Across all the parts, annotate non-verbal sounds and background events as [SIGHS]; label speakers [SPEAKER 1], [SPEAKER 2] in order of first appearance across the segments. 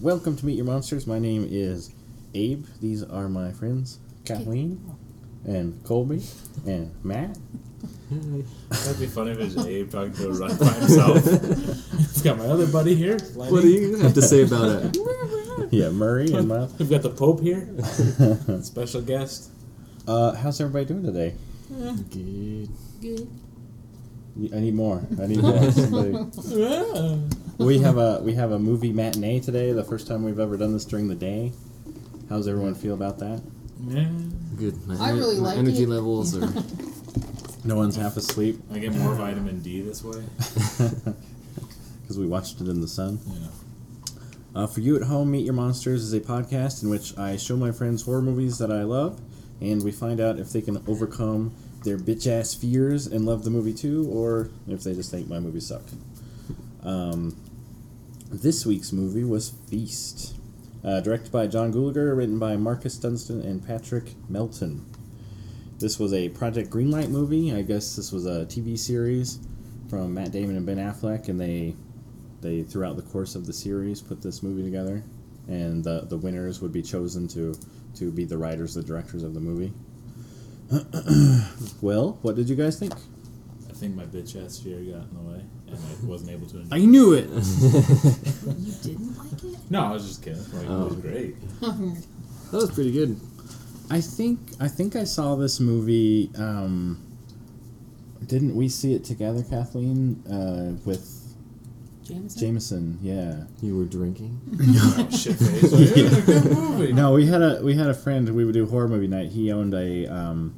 [SPEAKER 1] Welcome to Meet Your Monsters. My name is Abe. These are my friends Kathleen and Colby and Matt.
[SPEAKER 2] That'd be funny if it was Abe talking to a run by himself. It's got my other buddy here. Lenny.
[SPEAKER 3] What do you have to say about it?
[SPEAKER 1] Yeah, Murray and Miles.
[SPEAKER 2] We've got the Pope here. Special guest.
[SPEAKER 1] Uh, how's everybody doing today?
[SPEAKER 3] [LAUGHS] Good.
[SPEAKER 4] Good.
[SPEAKER 1] Y- I need more. I need more. Somebody- we have a we have a movie matinee today. The first time we've ever done this during the day. How's everyone feel about that?
[SPEAKER 2] Yeah.
[SPEAKER 3] Good. My,
[SPEAKER 4] I
[SPEAKER 3] ener-
[SPEAKER 4] really
[SPEAKER 3] my
[SPEAKER 4] like
[SPEAKER 3] energy
[SPEAKER 4] it.
[SPEAKER 3] levels
[SPEAKER 4] [LAUGHS]
[SPEAKER 3] are.
[SPEAKER 1] No one's half asleep
[SPEAKER 2] I get more vitamin D this way.
[SPEAKER 1] [LAUGHS] because we watched it in the sun.
[SPEAKER 2] Yeah.
[SPEAKER 1] Uh, for you at home, Meet Your Monsters is a podcast in which I show my friends horror movies that I love, and we find out if they can overcome their bitch ass fears and love the movie too, or if they just think my movies suck. Um, this week's movie was Feast, uh, directed by John Gulager, written by Marcus Dunstan and Patrick Melton. This was a Project Greenlight movie. I guess this was a TV series from Matt Damon and Ben Affleck, and they they throughout the course of the series put this movie together, and the the winners would be chosen to to be the writers, the directors of the movie. [CLEARS THROAT] well, what did you guys think?
[SPEAKER 2] I think my bitch ass fear got in the way, and I wasn't able to enjoy.
[SPEAKER 3] I knew it.
[SPEAKER 4] You didn't like [LAUGHS] it?
[SPEAKER 2] No, I was just kidding. Like, It was
[SPEAKER 3] Oh.
[SPEAKER 2] great.
[SPEAKER 3] that was pretty good.
[SPEAKER 1] I think I think I saw this movie. Um, didn't we see it together, Kathleen? Uh, with
[SPEAKER 4] Jameson?
[SPEAKER 1] Jameson, yeah.
[SPEAKER 3] You were
[SPEAKER 4] [LAUGHS]
[SPEAKER 3] drinking.
[SPEAKER 2] Oh, shit face. Yeah, good movie.
[SPEAKER 1] No, we had a we had a friend. We would do horror movie night. He owned a um,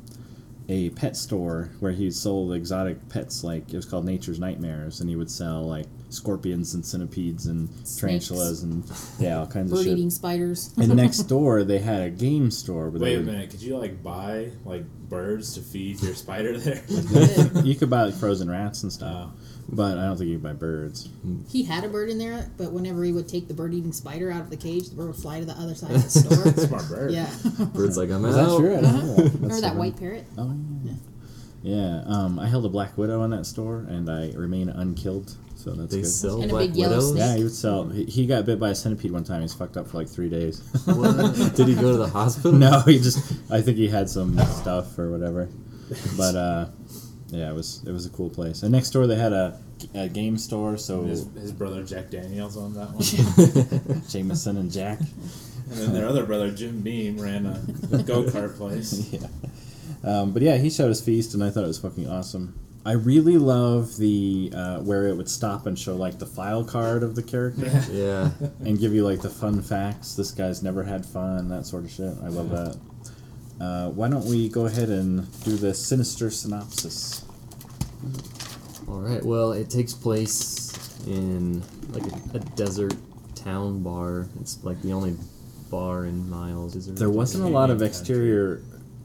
[SPEAKER 1] a pet store where he sold exotic pets. Like it was called Nature's Nightmares, and he would sell like scorpions and centipedes and tarantulas and yeah, all kinds of
[SPEAKER 4] Bird
[SPEAKER 1] shit.
[SPEAKER 4] eating spiders.
[SPEAKER 1] [LAUGHS] And next door they had a game store. Where they
[SPEAKER 2] Wait a
[SPEAKER 1] would-
[SPEAKER 2] minute. Could you like buy like birds to feed your spider there? [LAUGHS]
[SPEAKER 4] Good.
[SPEAKER 1] You could buy like frozen rats and stuff,
[SPEAKER 2] Oh.
[SPEAKER 1] but I don't think you could buy birds.
[SPEAKER 4] He had a bird in there, but whenever he would take the bird eating spider out of the cage, the bird would fly to the other
[SPEAKER 1] [LAUGHS]
[SPEAKER 4] side of the store.
[SPEAKER 2] Smart bird.
[SPEAKER 4] yeah.
[SPEAKER 3] Birds like I'm
[SPEAKER 1] Is that
[SPEAKER 3] out.
[SPEAKER 1] true? I don't know that. That's
[SPEAKER 4] [LAUGHS] Remember
[SPEAKER 1] so
[SPEAKER 4] that
[SPEAKER 1] funny.
[SPEAKER 4] white parrot?
[SPEAKER 1] Oh yeah. Yeah, um, I held a black widow in that store, and I remain unkilled. So that's
[SPEAKER 3] They
[SPEAKER 1] good.
[SPEAKER 3] sell
[SPEAKER 4] And a
[SPEAKER 3] black
[SPEAKER 4] big yellow
[SPEAKER 3] widows.
[SPEAKER 1] Yeah, he would sell. He, he got bit by a centipede one time. He's fucked up for like three days.
[SPEAKER 3] What? Did he go to the hospital?
[SPEAKER 1] [LAUGHS] no, he just. I think he had some stuff or whatever. But uh, yeah, it was it was a cool place. And next door they had a, a game store. So
[SPEAKER 2] His, his brother Jack Daniels owned that one,
[SPEAKER 1] Jameson and Jack.
[SPEAKER 2] and then their other brother Jim Beam ran a go kart
[SPEAKER 1] [LAUGHS]
[SPEAKER 2] place.
[SPEAKER 1] yeah. Um, but yeah, he showed his feast, and I thought it was fucking awesome. I really love the uh, where it would stop and show like the file card of the character
[SPEAKER 3] [LAUGHS] Yeah.
[SPEAKER 1] and give you like the fun facts. This guy's never had fun, that sort of shit. I love that. Uh, why don't we go ahead and do the sinister synopsis?
[SPEAKER 3] All right. Well, it takes place in like a, a desert town bar. It's like the only bar in Miles. Desert.
[SPEAKER 1] There wasn't a lot of
[SPEAKER 2] Canadian
[SPEAKER 1] exterior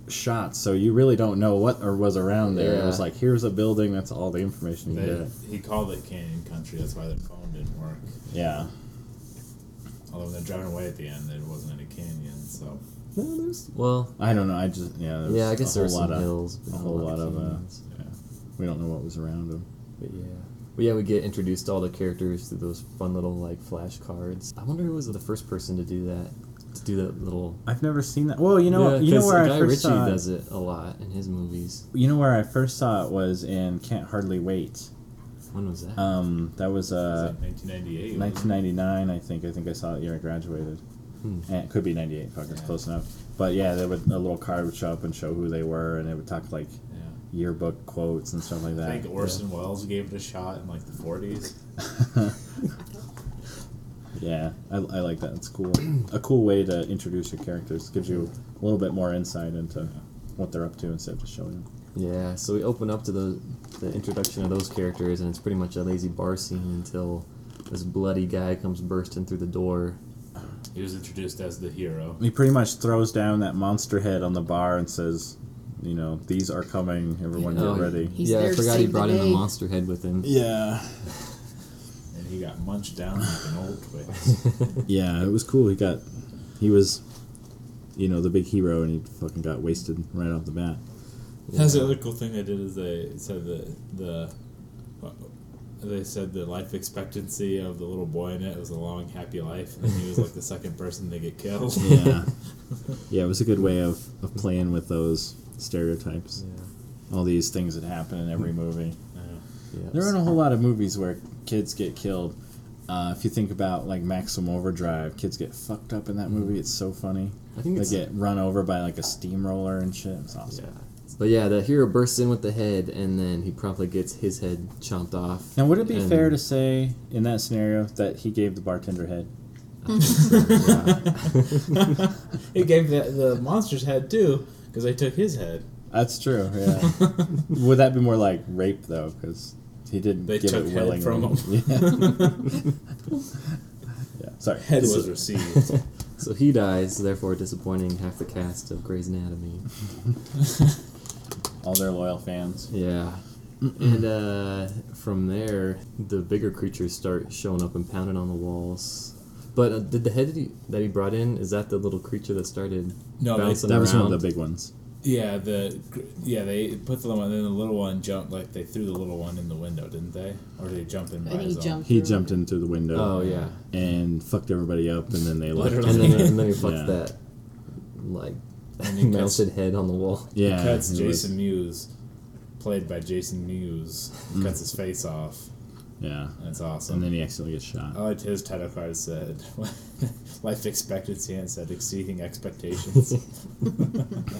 [SPEAKER 1] shots, so you really don't know what or was around there. It
[SPEAKER 3] Yeah.
[SPEAKER 1] was like here's a building. That's all the information you
[SPEAKER 2] They,
[SPEAKER 1] get.
[SPEAKER 2] he called it Canyon Country. That's why their phone didn't work.
[SPEAKER 1] Yeah.
[SPEAKER 2] Although when they're driving away at the end, there wasn't any canyon. So
[SPEAKER 3] No, there's- Well,
[SPEAKER 1] I don't know. I just yeah. There was
[SPEAKER 3] yeah. I guess
[SPEAKER 1] a
[SPEAKER 3] there were
[SPEAKER 1] whole
[SPEAKER 3] some
[SPEAKER 1] lot of
[SPEAKER 3] hills. but
[SPEAKER 1] a
[SPEAKER 3] not
[SPEAKER 1] whole lot of, uh,
[SPEAKER 3] canyons.
[SPEAKER 1] we don't know what was around him.
[SPEAKER 3] But yeah. But yeah, we get introduced to all the characters through those fun little like flashcards. I wonder who was the first person to do that, to do that little.
[SPEAKER 1] I've never seen that. Well, you know
[SPEAKER 3] Yeah,
[SPEAKER 1] you know
[SPEAKER 3] 'cause
[SPEAKER 1] where I
[SPEAKER 3] Guy
[SPEAKER 1] first
[SPEAKER 3] Ritchie
[SPEAKER 1] saw it.
[SPEAKER 3] does it a lot in his movies.
[SPEAKER 1] You know where I first saw it was in Can't Hardly Wait.
[SPEAKER 3] When was that?
[SPEAKER 1] Um, that was uh,
[SPEAKER 2] it was like 1998. wasn't it?
[SPEAKER 1] 1999, I think. I think I saw it the year I graduated. And it could be 98. Fuck, it's
[SPEAKER 2] Yeah.
[SPEAKER 1] close enough. But yeah, there would a little card would show up and show who they were, and it would talk like
[SPEAKER 2] Yeah.
[SPEAKER 1] yearbook quotes and stuff like
[SPEAKER 2] I
[SPEAKER 1] that.
[SPEAKER 2] think Orson Welles gave it a shot in like the 40s.
[SPEAKER 1] [LAUGHS] Yeah, I, I like that. It's cool. a cool way to introduce your characters. Gives you a little bit more insight into what they're up to instead of just showing them.
[SPEAKER 3] yeah. So we open up to the the introduction of those characters, and it's pretty much a lazy bar scene until this bloody guy comes bursting through the door.
[SPEAKER 2] He was introduced as the hero.
[SPEAKER 1] He pretty much throws down that monster head on the bar and says, you know, these are coming. Everyone
[SPEAKER 3] Oh,
[SPEAKER 1] get ready.
[SPEAKER 4] He's
[SPEAKER 3] yeah,
[SPEAKER 4] there
[SPEAKER 3] I
[SPEAKER 4] to
[SPEAKER 3] forgot he
[SPEAKER 4] save the
[SPEAKER 3] brought in a
[SPEAKER 4] day.
[SPEAKER 3] monster head with
[SPEAKER 4] [LAUGHS]
[SPEAKER 3] him. [LAUGHS]
[SPEAKER 1] Yeah.
[SPEAKER 2] And he got munched down like an [LAUGHS] old Twix.
[SPEAKER 1] Yeah, it was cool. He got, he was, you know, the big hero, and he fucking got wasted right off the bat.
[SPEAKER 2] That's the other cool thing they did is they said that the they said the life expectancy of the little boy in it was a long, happy life, and he was like the second person to get [LAUGHS] killed.
[SPEAKER 1] Yeah. yeah, it was a good way of, of playing with those stereotypes. All these things that happen in every movie.
[SPEAKER 3] yeah.
[SPEAKER 1] There aren't a whole lot of movies where kids get killed. Uh, if you think about like Maximum Overdrive, kids get fucked up in that movie. It's so funny.
[SPEAKER 3] I think
[SPEAKER 1] They
[SPEAKER 3] it's
[SPEAKER 1] get run over by like a steamroller and shit. It's awesome.
[SPEAKER 3] Yeah. But yeah, the hero bursts in with the head, and then he promptly gets his head chomped [LAUGHS] off.
[SPEAKER 1] Now, would it be
[SPEAKER 3] And-
[SPEAKER 1] fair to say in that scenario that he gave the bartender head?
[SPEAKER 2] He gave the, the monster's head too, because they took his head.
[SPEAKER 1] That's true. Yeah. would that be more like rape though? Because he didn't
[SPEAKER 2] They
[SPEAKER 1] give
[SPEAKER 2] took
[SPEAKER 1] it
[SPEAKER 2] head
[SPEAKER 1] willingly.
[SPEAKER 2] from him.
[SPEAKER 1] [LAUGHS] Yeah. yeah. Sorry.
[SPEAKER 2] [LAUGHS] Head
[SPEAKER 1] This
[SPEAKER 2] was
[SPEAKER 1] is-
[SPEAKER 2] received.
[SPEAKER 3] So he dies, therefore disappointing half the cast of Grey's Anatomy.
[SPEAKER 1] all their loyal fans.
[SPEAKER 3] Yeah. And uh, from there, the bigger creatures start showing up and pounding on the walls. But uh, did the head that he, that he brought in is that the little creature that started
[SPEAKER 2] No, they-
[SPEAKER 3] bouncing
[SPEAKER 1] That was one
[SPEAKER 3] around?
[SPEAKER 1] of the big ones.
[SPEAKER 2] Yeah, the yeah they put the little one, then the little one jumped like they threw the little one in the window, didn't they? Or did he jump in?
[SPEAKER 4] I
[SPEAKER 2] by
[SPEAKER 4] think he
[SPEAKER 2] his own?
[SPEAKER 4] jumped.
[SPEAKER 1] He
[SPEAKER 4] through.
[SPEAKER 1] jumped in through the window.
[SPEAKER 3] Oh yeah,
[SPEAKER 1] and fucked everybody up, and then they left.
[SPEAKER 2] Literally.
[SPEAKER 3] and then and then
[SPEAKER 1] [LAUGHS]
[SPEAKER 3] he fucked
[SPEAKER 1] Yeah.
[SPEAKER 3] that like
[SPEAKER 2] And he cuts-
[SPEAKER 3] mounted head on the wall.
[SPEAKER 1] Yeah,
[SPEAKER 2] cuts
[SPEAKER 1] it was-
[SPEAKER 2] Jason Mewes, played by Jason Mewes, cuts his face off.
[SPEAKER 1] yeah,
[SPEAKER 2] That's awesome.
[SPEAKER 1] Mm. and then he accidentally gets shot.
[SPEAKER 2] I liked his title card said [LAUGHS] life expectancy and it said exceeding
[SPEAKER 1] [LAUGHS]
[SPEAKER 2] expectations.
[SPEAKER 3] I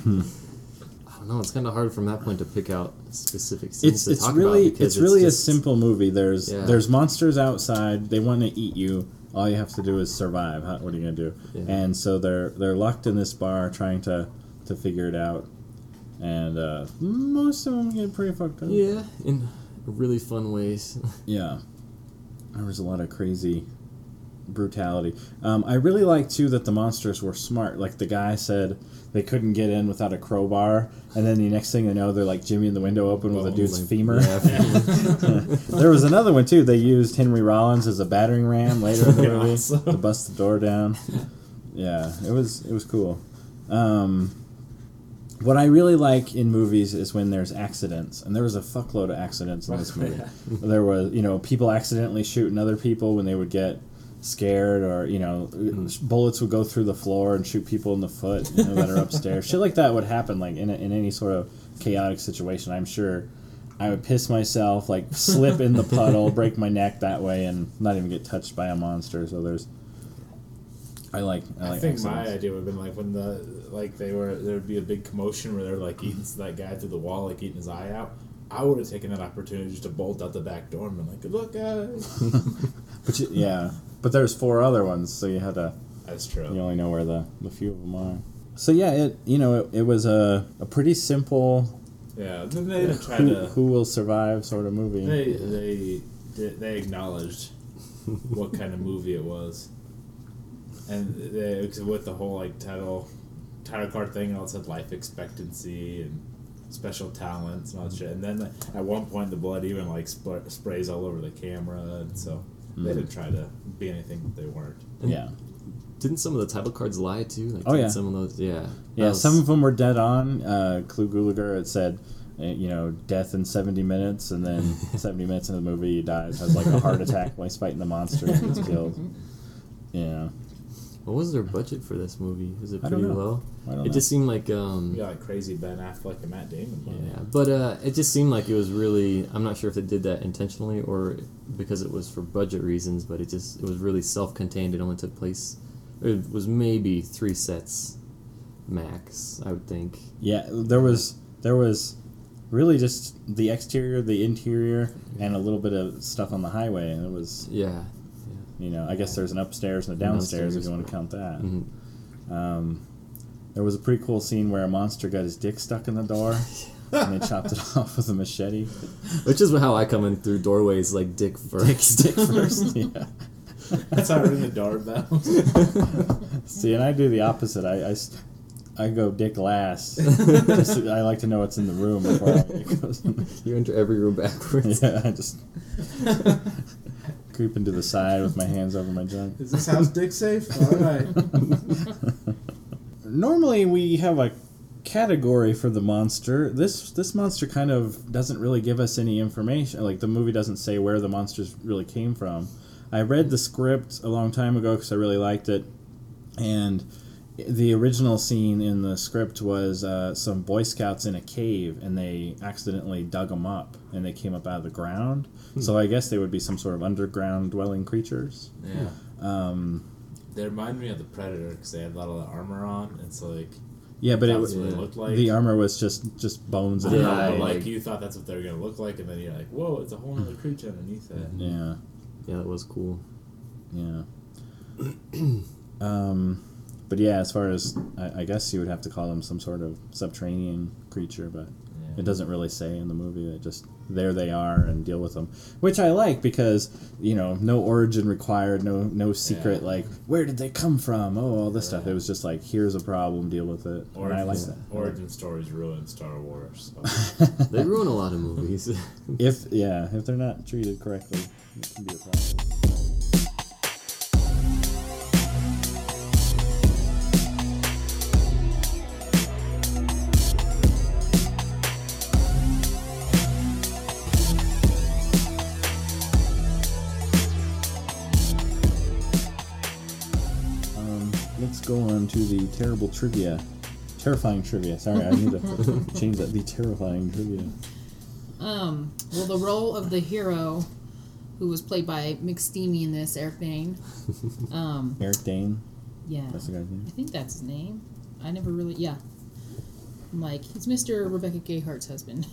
[SPEAKER 3] don't know. It's kind of hard from that point to pick out specific scenes
[SPEAKER 1] it's
[SPEAKER 3] to
[SPEAKER 1] it's
[SPEAKER 3] talk
[SPEAKER 1] really
[SPEAKER 3] about because
[SPEAKER 1] it's really
[SPEAKER 3] just-
[SPEAKER 1] a simple movie. There's
[SPEAKER 3] Yeah.
[SPEAKER 1] there's monsters outside. They want to eat you. All you have to do is survive. How, what are you gonna do?
[SPEAKER 3] Yeah.
[SPEAKER 1] And so they're they're locked in this bar trying to to figure it out. And uh, most of them get pretty fucked up.
[SPEAKER 3] Yeah, in really fun ways. [LAUGHS]
[SPEAKER 1] Yeah. There was a lot of crazy brutality. Um, I really like too that the monsters were smart. Like the guy said they couldn't get in without a crowbar, and then the next thing they know, they're like Jimmy in the window open with a
[SPEAKER 3] Oh,
[SPEAKER 1] dude's
[SPEAKER 3] like-
[SPEAKER 1] femur. [LAUGHS]
[SPEAKER 3] yeah,
[SPEAKER 1] there was another one too. They used Henry Rollins as a battering ram later in the
[SPEAKER 2] Fucking
[SPEAKER 1] movie
[SPEAKER 2] awesome.
[SPEAKER 1] to bust the door down. Yeah, it was it was cool. Um, what I really like in movies is when there's accidents, and there was a fuckload of accidents in this movie. There was, you know, people accidentally shooting other people when they would get scared, or you know, bullets would go through the floor and shoot people in the foot you know, that are upstairs. Shit like that would happen, like in a, in any sort of chaotic situation. I'm sure I would piss myself, like slip in the puddle, break my neck that way, and not even get touched by a monster. So there's, I like, I,
[SPEAKER 2] I
[SPEAKER 1] like
[SPEAKER 2] think
[SPEAKER 1] accidents.
[SPEAKER 2] my idea would have been like when the like they were there'd be a big commotion where they're like eating
[SPEAKER 1] Mm.
[SPEAKER 2] that guy through the wall, like eating his eye out. I would have taken that opportunity just to bolt out the back door and been like, "Good luck, guys."
[SPEAKER 1] But you, yeah, but there's four other ones, so you had to.
[SPEAKER 2] That's true.
[SPEAKER 1] You only know where the the few of them are. So yeah, it you know it, it was a a pretty simple
[SPEAKER 2] Yeah. Then they didn't try
[SPEAKER 1] who,
[SPEAKER 2] to.
[SPEAKER 1] who will survive sort of movie.
[SPEAKER 2] They they did- they acknowledged what kind of movie it was, and they 'cause with the whole like title title card thing, and all it said life expectancy and special talents and all that shit. And then at one point, the blood even like spl- sprays all over the camera, and so they didn't try to be anything that they weren't.
[SPEAKER 1] yeah,
[SPEAKER 3] Didn't some of the title cards lie too? Like,
[SPEAKER 1] Oh,
[SPEAKER 3] didn't
[SPEAKER 1] yeah.
[SPEAKER 3] Some of those, yeah.
[SPEAKER 1] yeah.
[SPEAKER 3] That was-
[SPEAKER 1] Some of them were dead on. Uh, Clue Gulager it said. uh, You know, death in seventy minutes, and
[SPEAKER 3] [LAUGHS]
[SPEAKER 1] then seventy minutes into the movie, he dies, has like a heart attack while he's fighting the monster, and gets killed. Yeah,
[SPEAKER 3] What was their budget for this movie? Was it
[SPEAKER 1] I
[SPEAKER 3] pretty
[SPEAKER 1] don't know.
[SPEAKER 3] low?
[SPEAKER 1] I don't
[SPEAKER 3] It
[SPEAKER 1] know.
[SPEAKER 3] just seemed like,
[SPEAKER 2] We
[SPEAKER 3] um,
[SPEAKER 2] got like crazy Ben Affleck and Matt Damon. money.
[SPEAKER 3] yeah. But uh, it just seemed like it was really. I'm not sure if they did that intentionally or because it was for budget reasons, but it just it was really self-contained. It only took place. It was maybe three sets, max. I would think.
[SPEAKER 1] Yeah, there was there was really just the exterior, the interior, and a little bit of stuff on the highway, and it was
[SPEAKER 3] Yeah.
[SPEAKER 1] you know I guess there's an upstairs Mm. and a downstairs if you want to count that.
[SPEAKER 3] Mhm.
[SPEAKER 1] Um, there was a pretty cool scene where a monster got his dick stuck in the [LAUGHS] door, and they chopped it off with a machete.
[SPEAKER 3] Which is how I come in through doorways like [LAUGHS] dick first.
[SPEAKER 1] Dick first, [LAUGHS] yeah.
[SPEAKER 2] That's how I ring the
[SPEAKER 3] [LAUGHS]
[SPEAKER 2] doorbell.
[SPEAKER 1] See, and I do the opposite. I, I s- I go dick [LAUGHS] last. Just, I like to know what's in the room before I, [LAUGHS] it goes in there.
[SPEAKER 3] you enter every room backwards.
[SPEAKER 1] Yeah, I just [LAUGHS] creeping to the side with my hands over my junk.
[SPEAKER 2] Is this house dick safe? All right.
[SPEAKER 1] Normally, we have a category for the monster. This this monster kind of doesn't really give us any information. Like the movie doesn't say where the monsters really came from. I read the script a long time ago because I really liked it, and the original scene in the script was uh, some Boy Scouts in a cave, and they accidentally dug them up, and they came up out of the ground. So I guess they would be some sort of underground dwelling creatures.
[SPEAKER 2] Yeah.
[SPEAKER 1] Um,
[SPEAKER 2] They remind me of the Predator because they had a lot of the armor on. It's like
[SPEAKER 1] yeah, but it,
[SPEAKER 2] that's
[SPEAKER 1] w-
[SPEAKER 2] what it
[SPEAKER 3] yeah.
[SPEAKER 2] looked like.
[SPEAKER 1] the armor was just just bones
[SPEAKER 2] I
[SPEAKER 1] and
[SPEAKER 2] know,
[SPEAKER 3] Yeah,
[SPEAKER 2] but,
[SPEAKER 1] hide.
[SPEAKER 2] like
[SPEAKER 3] like-
[SPEAKER 2] you thought that's what they were gonna look like, and then you're like, whoa, it's a whole other creature underneath that.
[SPEAKER 1] Yeah.
[SPEAKER 3] Yeah, that was [LAUGHS] cool.
[SPEAKER 1] Yeah. [CLEARS THROAT] um, but yeah, as far as I, I guess you would have to call them some sort of subterranean creature, but
[SPEAKER 2] Yeah.
[SPEAKER 1] it doesn't really say in the movie. It just there they are and deal with them, which I like because you know no origin required, no no secret
[SPEAKER 2] Yeah.
[SPEAKER 1] like where did they come from? Oh, all this stuff. It was just like here's a problem, deal with it. and I like
[SPEAKER 2] Origin,
[SPEAKER 1] that.
[SPEAKER 2] origin stories ruined Star Wars. So.
[SPEAKER 1] [LAUGHS]
[SPEAKER 3] They ruin a lot of [LAUGHS] movies.
[SPEAKER 1] If yeah, if they're not treated correctly, it can be a problem. Um, Let's go on to the terrible trivia. Terrifying trivia. Sorry, I need to change that. The terrifying trivia.
[SPEAKER 4] Um, well, the role of the hero, who was played by McSteamy in this, Eric Dane.
[SPEAKER 1] [LAUGHS]
[SPEAKER 4] Um,
[SPEAKER 1] Eric Dane.
[SPEAKER 4] yeah,
[SPEAKER 1] That's the guy's name.
[SPEAKER 4] I think that's his name. I never really, yeah. I'm like, he's Mr. Rebecca Gayhart's husband.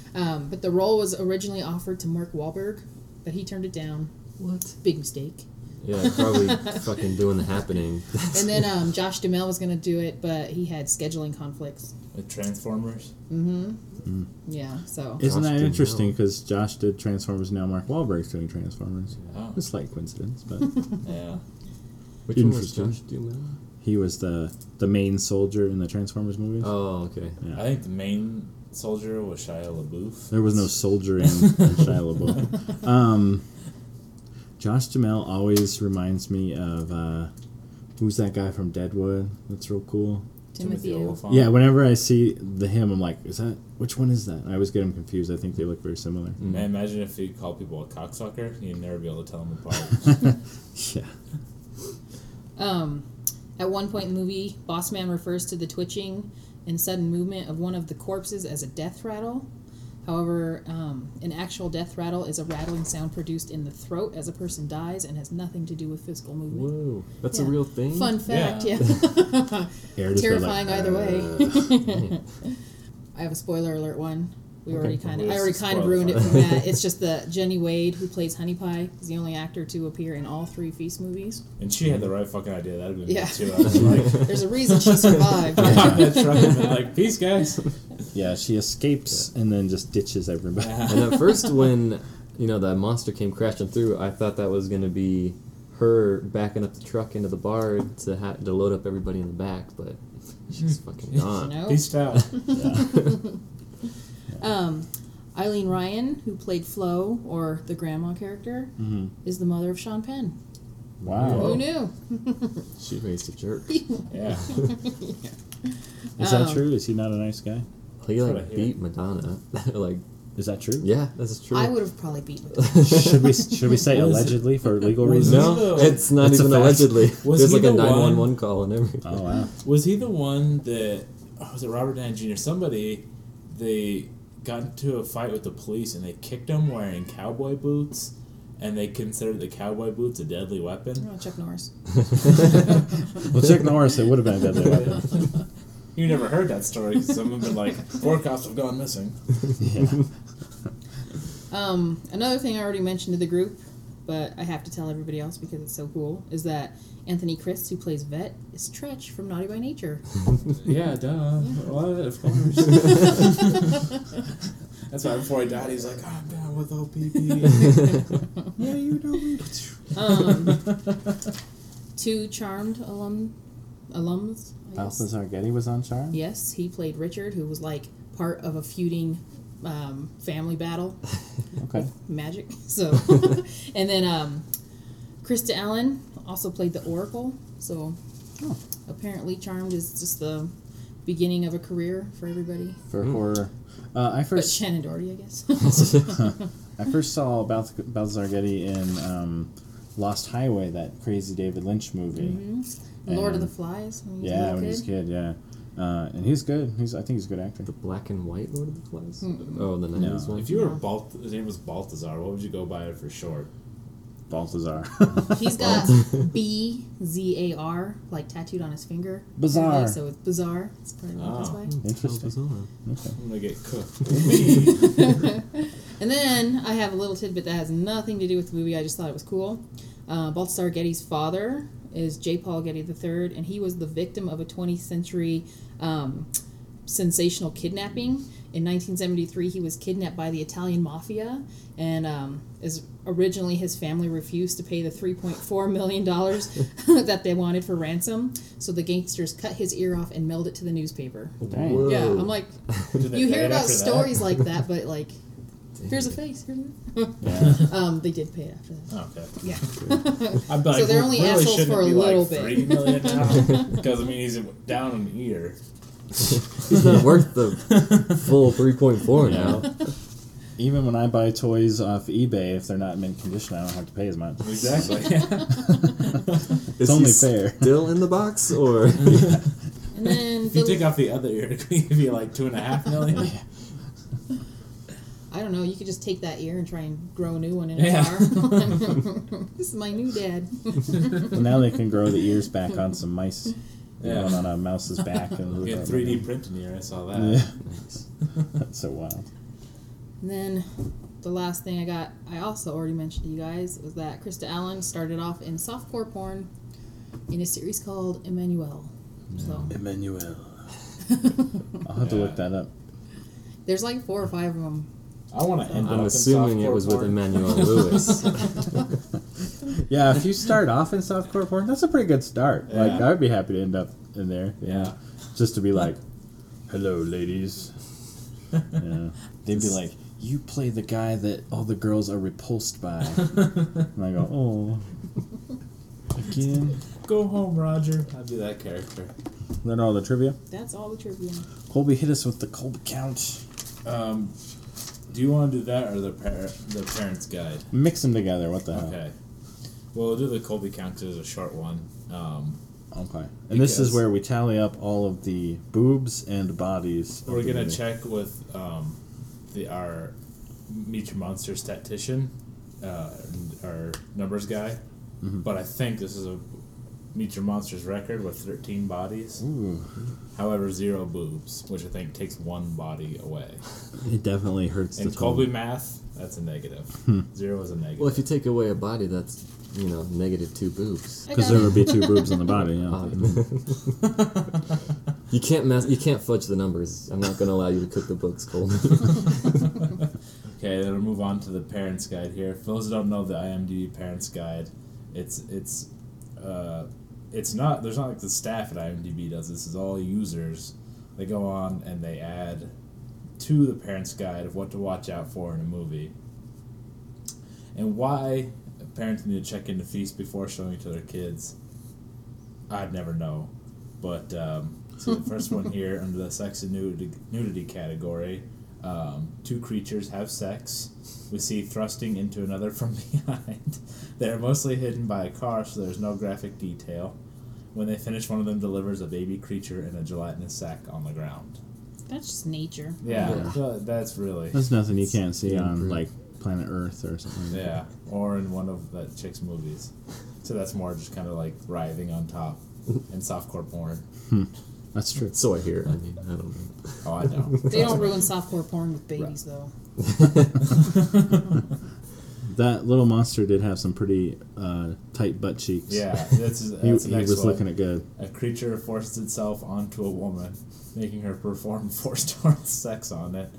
[SPEAKER 4] [LAUGHS] um, but the role was originally offered to Mark Wahlberg, but he turned it down.
[SPEAKER 3] what?
[SPEAKER 4] Big mistake.
[SPEAKER 3] Yeah, probably fucking doing the happening. uh,
[SPEAKER 4] And then um, Josh Duhamel was going to do it, but he had scheduling conflicts.
[SPEAKER 2] With Transformers,
[SPEAKER 4] Mm-hmm. Yeah, so.
[SPEAKER 1] Isn't
[SPEAKER 3] Josh
[SPEAKER 1] that
[SPEAKER 3] did
[SPEAKER 1] interesting?
[SPEAKER 3] well.
[SPEAKER 1] Because Josh did Transformers, now Mark Wahlberg's doing Transformers.
[SPEAKER 2] oh,
[SPEAKER 1] A [LAUGHS] slight coincidence, but
[SPEAKER 3] [LAUGHS]
[SPEAKER 2] yeah,
[SPEAKER 3] [LAUGHS] Which one was
[SPEAKER 1] Interesting.
[SPEAKER 3] Josh Duhamel?
[SPEAKER 1] he was the the main soldier in the Transformers movies.
[SPEAKER 3] Oh, okay.
[SPEAKER 2] I think the main soldier was Shia LaBeouf.
[SPEAKER 1] There was no
[SPEAKER 3] [LAUGHS]
[SPEAKER 1] soldier in, in Shia LaBeouf. Um, Josh Jamel always reminds me of uh, who's that guy from Deadwood? That's real cool.
[SPEAKER 4] Timothy.
[SPEAKER 3] Oh.
[SPEAKER 2] Oliphant.
[SPEAKER 1] Yeah, whenever I see the him, I'm like, is that which one is that? I always get him confused. I think they look very similar.
[SPEAKER 3] Mm.
[SPEAKER 2] Man, imagine if you call people a cocksucker, you'd never be able to tell them apart.
[SPEAKER 1] [LAUGHS] [LAUGHS] Yeah.
[SPEAKER 4] Um, at one point in the movie, Bossman refers to the twitching and sudden movement of one of the corpses as a death rattle. However, um, an actual death rattle is a rattling sound produced in the throat as a person dies and has nothing to do with physical movement.
[SPEAKER 3] Whoa, that's a
[SPEAKER 4] Yeah.
[SPEAKER 3] real thing.
[SPEAKER 4] Fun fact, yeah.
[SPEAKER 2] Yeah.
[SPEAKER 1] Air just goes like,
[SPEAKER 4] Terrifying
[SPEAKER 3] [LAUGHS]
[SPEAKER 4] either way. [LAUGHS] I have a spoiler alert one. We already kind of, I
[SPEAKER 2] Let's
[SPEAKER 4] already kind of
[SPEAKER 2] spoil
[SPEAKER 4] ruined
[SPEAKER 2] it.
[SPEAKER 4] it from that. It's just the Jenny Wade who plays Honey Pie is the only actor to appear in all three Feast movies.
[SPEAKER 2] and she had the right fucking idea. That'd been [LAUGHS]
[SPEAKER 4] Yeah.
[SPEAKER 2] me too. I was like,
[SPEAKER 4] There's a reason
[SPEAKER 2] [LAUGHS]
[SPEAKER 4] she survived.
[SPEAKER 2] that's right. and like, peace, guys.
[SPEAKER 1] Yeah, she escapes and then just ditches everybody.
[SPEAKER 3] And at first, [LAUGHS] when you know that monster came crashing through, I thought that was gonna be her backing up the truck into the bar to ha- to load up everybody in the back, but [LAUGHS] she's fucking gone.
[SPEAKER 4] No.
[SPEAKER 2] Peace out.
[SPEAKER 1] Yeah.
[SPEAKER 4] Um, Eileen Ryan, who played Flo or the grandma character,
[SPEAKER 2] Mm-hmm.
[SPEAKER 1] Mhm.
[SPEAKER 4] is the mother of Sean Penn.
[SPEAKER 1] [LAUGHS] Wow.
[SPEAKER 2] Oh,
[SPEAKER 4] Who knew?
[SPEAKER 3] She raised a [LAUGHS] jerk.
[SPEAKER 2] Yeah.
[SPEAKER 1] Is that
[SPEAKER 4] Um,
[SPEAKER 1] true? Is he not a nice guy?
[SPEAKER 3] He
[SPEAKER 2] what I
[SPEAKER 3] like
[SPEAKER 2] hear.
[SPEAKER 3] beat Madonna. [LAUGHS] like,
[SPEAKER 1] Is that true?
[SPEAKER 3] yeah, that's true.
[SPEAKER 4] I would have probably beaten her.
[SPEAKER 3] [LAUGHS]
[SPEAKER 1] [LAUGHS] should we should we say
[SPEAKER 2] Was-
[SPEAKER 1] allegedly for legal
[SPEAKER 2] was-
[SPEAKER 1] reasons?
[SPEAKER 3] no, it's not
[SPEAKER 1] That's a
[SPEAKER 3] even
[SPEAKER 1] fact.
[SPEAKER 3] allegedly.
[SPEAKER 2] [LAUGHS] Was
[SPEAKER 3] There's
[SPEAKER 2] he
[SPEAKER 3] like a
[SPEAKER 2] the one-
[SPEAKER 3] 911 call and everything. [LAUGHS]
[SPEAKER 1] Oh wow.
[SPEAKER 2] [LAUGHS] Was he the one that oh, was it Robert Downey Jr. Somebody they got into a fight with the police and they kicked him wearing cowboy boots, and they considered the cowboy boots a deadly weapon.
[SPEAKER 4] Oh,
[SPEAKER 2] [LAUGHS]
[SPEAKER 4] Chuck Norris.
[SPEAKER 1] Well, Chuck Norris, it would have been a deadly weapon.
[SPEAKER 2] You never heard that story. [LAUGHS] 'cause Some have been like, four cops have gone missing.
[SPEAKER 1] Yeah.
[SPEAKER 4] [LAUGHS] Um, another thing I already mentioned to the group, but I have to tell everybody else because it's so cool, is that Anthony Chris, who plays Vet, is Tretch from Naughty
[SPEAKER 2] [LAUGHS]
[SPEAKER 4] by Nature. [LAUGHS]
[SPEAKER 2] Yeah, duh. What? Of course. [LAUGHS] That's why before he died, he's like, I'm down with [LAUGHS] OPP. yeah, you know me.
[SPEAKER 4] Um, two Charmed alum, alums. I guess.
[SPEAKER 1] Balthazar Getty was on Charm.
[SPEAKER 4] Yes, he played Richard, who was like part of a feuding um, family battle.
[SPEAKER 1] Okay.
[SPEAKER 4] magic. [LAUGHS]
[SPEAKER 1] [LAUGHS]
[SPEAKER 4] So, and then um, Krista Allen also played the Oracle. So,
[SPEAKER 1] Oh.
[SPEAKER 4] apparently, Charmed is just the beginning of a career for everybody.
[SPEAKER 1] for
[SPEAKER 2] Hmm.
[SPEAKER 1] horror. Uh, I
[SPEAKER 4] But
[SPEAKER 1] first
[SPEAKER 4] Shannon Doherty,
[SPEAKER 1] [LAUGHS]
[SPEAKER 4] I guess.
[SPEAKER 1] I first saw Balth- Balthazar Getty in um, Lost Highway, that crazy David Lynch movie.
[SPEAKER 4] Mm-hmm. Lord of the
[SPEAKER 1] And-
[SPEAKER 4] Flies. When he was a
[SPEAKER 1] Yeah,
[SPEAKER 4] little
[SPEAKER 1] when he was a
[SPEAKER 4] kid.
[SPEAKER 1] kid, yeah. Uh, and he's good. He's I think he's a good actor.
[SPEAKER 3] The [LAUGHS] black and white Lord of the Flies? Oh, the 90s one?
[SPEAKER 2] Hmm. If you were Balt, his name was Balthazar. What would you go by for short?
[SPEAKER 1] Balthazar.
[SPEAKER 4] He's got B Z A R like tattooed on his finger.
[SPEAKER 1] Bizarre.
[SPEAKER 4] So it's bizarre. It's probably
[SPEAKER 2] Oh.
[SPEAKER 4] this way.
[SPEAKER 1] Interesting.
[SPEAKER 2] I'm gonna get cooked.
[SPEAKER 4] [LAUGHS] And then I have a little tidbit that has nothing to do with the movie. I just thought it was cool. Uh, Baltasar Getty's father is J. Paul Getty III, and he was the victim of a 20th century um, sensational kidnapping. In 1973, he was kidnapped by the Italian mafia, and um, is originally his family refused to pay the 3.4 million dollars [LAUGHS] that they wanted for ransom. So the gangsters cut his ear off and mailed it to the newspaper.
[SPEAKER 1] [LAUGHS] Dang.
[SPEAKER 3] Whoa.
[SPEAKER 4] Yeah, I'm like,
[SPEAKER 2] Did they
[SPEAKER 4] you
[SPEAKER 2] pay
[SPEAKER 4] hear
[SPEAKER 2] it
[SPEAKER 4] about
[SPEAKER 2] after that?
[SPEAKER 4] stories like that,
[SPEAKER 2] [LAUGHS]
[SPEAKER 4] but like, here's a face. Here's a... um, they did pay it after that.
[SPEAKER 2] Oh, Okay. [LAUGHS]
[SPEAKER 4] Yeah.
[SPEAKER 2] I'm like,
[SPEAKER 4] So they're only
[SPEAKER 2] really
[SPEAKER 4] assholes
[SPEAKER 2] shouldn't
[SPEAKER 4] for a
[SPEAKER 2] it be
[SPEAKER 4] little
[SPEAKER 2] like
[SPEAKER 4] bit.
[SPEAKER 2] Three
[SPEAKER 4] [LAUGHS]
[SPEAKER 2] million dollars because I mean he's down an ear.
[SPEAKER 3] [LAUGHS] It's not worth the full 3.4 now.
[SPEAKER 1] Even when I buy toys off eBay, if they're not in mint condition, I don't have to pay as much.
[SPEAKER 4] [LAUGHS]
[SPEAKER 2] Exactly.
[SPEAKER 3] Is
[SPEAKER 1] only
[SPEAKER 3] he
[SPEAKER 1] fair.
[SPEAKER 3] still in the box,
[SPEAKER 2] [LAUGHS]
[SPEAKER 3] or
[SPEAKER 4] [LAUGHS]
[SPEAKER 3] [LAUGHS]
[SPEAKER 4] And then
[SPEAKER 2] if you take
[SPEAKER 4] the,
[SPEAKER 2] off the other ear, [LAUGHS] it could be like two and a half million.
[SPEAKER 4] [LAUGHS] I don't know. You could just take that ear and try and grow a new one in a
[SPEAKER 2] Yeah. [LAUGHS]
[SPEAKER 4] car. [LAUGHS] this is my new dad.
[SPEAKER 1] Well, now they can grow the ears back on some mice.
[SPEAKER 2] Yeah.
[SPEAKER 1] Yeah. on a mouse's back. And
[SPEAKER 2] Get [LAUGHS] 3D print an ear. I saw that.
[SPEAKER 1] Yeah. That's so wild.
[SPEAKER 4] And then the last thing I got, I also already mentioned to you guys, was that Krista Allen started off in softcore porn in a series called Emmanuel.
[SPEAKER 2] [LAUGHS]
[SPEAKER 4] So
[SPEAKER 1] Emmanuel. I'll have to look that up.
[SPEAKER 4] there's like four or five of them.
[SPEAKER 2] I want to end up
[SPEAKER 3] I'm
[SPEAKER 2] in
[SPEAKER 3] assuming it
[SPEAKER 2] softcore
[SPEAKER 3] was with
[SPEAKER 2] porn.
[SPEAKER 3] Emmanuel
[SPEAKER 2] [LAUGHS]
[SPEAKER 3] Lewis.
[SPEAKER 1] Yeah, if you start off in softcore porn, that's a pretty good start. Like,
[SPEAKER 2] Yeah.
[SPEAKER 1] I'd be happy to end up in there.
[SPEAKER 2] Yeah.
[SPEAKER 1] Just to be like, hello, ladies. yeah. They'd be like, you play the guy that all the girls are repulsed by. [LAUGHS] and I go, oh. Again?
[SPEAKER 2] Go home, Roger. I'd be that character.
[SPEAKER 1] Learn all the trivia.
[SPEAKER 4] [LAUGHS] That's all the trivia.
[SPEAKER 1] Colby hit us with the Colby count.
[SPEAKER 2] Um, do you want to do that or the par- the parents' guide?
[SPEAKER 1] Mix them together. What
[SPEAKER 3] Uh-huh.
[SPEAKER 1] the
[SPEAKER 2] Okay. Well, we'll do the Colby count 'cause it's a short one. Um,
[SPEAKER 1] hell? Okay. And this is
[SPEAKER 2] Because-
[SPEAKER 1] where we tally up all of the boobs and bodies. of
[SPEAKER 2] we're
[SPEAKER 1] the
[SPEAKER 2] gonna
[SPEAKER 1] movie.
[SPEAKER 2] check with um, the our Meet Your Monster statistician, uh, our numbers guy. But I think this is a Meet Your Monsters record with thirteen bodies.
[SPEAKER 1] Ooh.
[SPEAKER 2] However, zero boobs, which I think takes one body away.
[SPEAKER 3] It definitely hurts
[SPEAKER 2] In Colby math, that's a negative. Zero is a negative.
[SPEAKER 3] Well, if you take away a body, that's, you know, negative two boobs.
[SPEAKER 4] I
[SPEAKER 1] Because
[SPEAKER 4] got
[SPEAKER 1] there
[SPEAKER 4] it.
[SPEAKER 1] would be two boobs on the body. Yeah.
[SPEAKER 3] [LAUGHS] you can't mess. You can't fudge the numbers. I'm not gonna allow you to cook the books, Cole. [LAUGHS]
[SPEAKER 2] Okay, then we'll move on to the parents' guide here. For those who don't know the IMDb parents' guide, it's it's uh, it's not there's not like the staff at IMDb does this. It's all users. They go on and they add to the parents' guide of what to watch out for in a movie, and why parents need to check into feast before showing it to their kids. I'd never know, but um, so the first one here under the sex and nudity, nudity category. Um, two creatures have sex. We see thrusting into another [LAUGHS] from behind. they are mostly hidden by a car, so there's no graphic detail. When they finish, one of them delivers a baby creature in a gelatinous sack on the ground.
[SPEAKER 4] That's just nature.
[SPEAKER 2] Yeah,
[SPEAKER 3] Yeah.
[SPEAKER 2] so that's really.
[SPEAKER 1] There's nothing you can't see on
[SPEAKER 3] improve.
[SPEAKER 1] like planet Earth or something. like
[SPEAKER 2] Yeah, or in one of that chick's movies. So that's more just kind of like writhing on top and softcore porn.
[SPEAKER 1] that. That's true.
[SPEAKER 3] so I hear. I mean, I don't know.
[SPEAKER 2] Oh, I know.
[SPEAKER 4] They don't ruin softcore porn with babies, though.
[SPEAKER 1] That little monster did have some pretty uh, tight butt cheeks.
[SPEAKER 2] Yeah, that's, that's
[SPEAKER 1] He,
[SPEAKER 2] the
[SPEAKER 1] he
[SPEAKER 2] next
[SPEAKER 1] was
[SPEAKER 2] one.
[SPEAKER 1] looking at good.
[SPEAKER 2] A creature forced itself onto a woman, making her perform [LAUGHS] forced oral sex on it.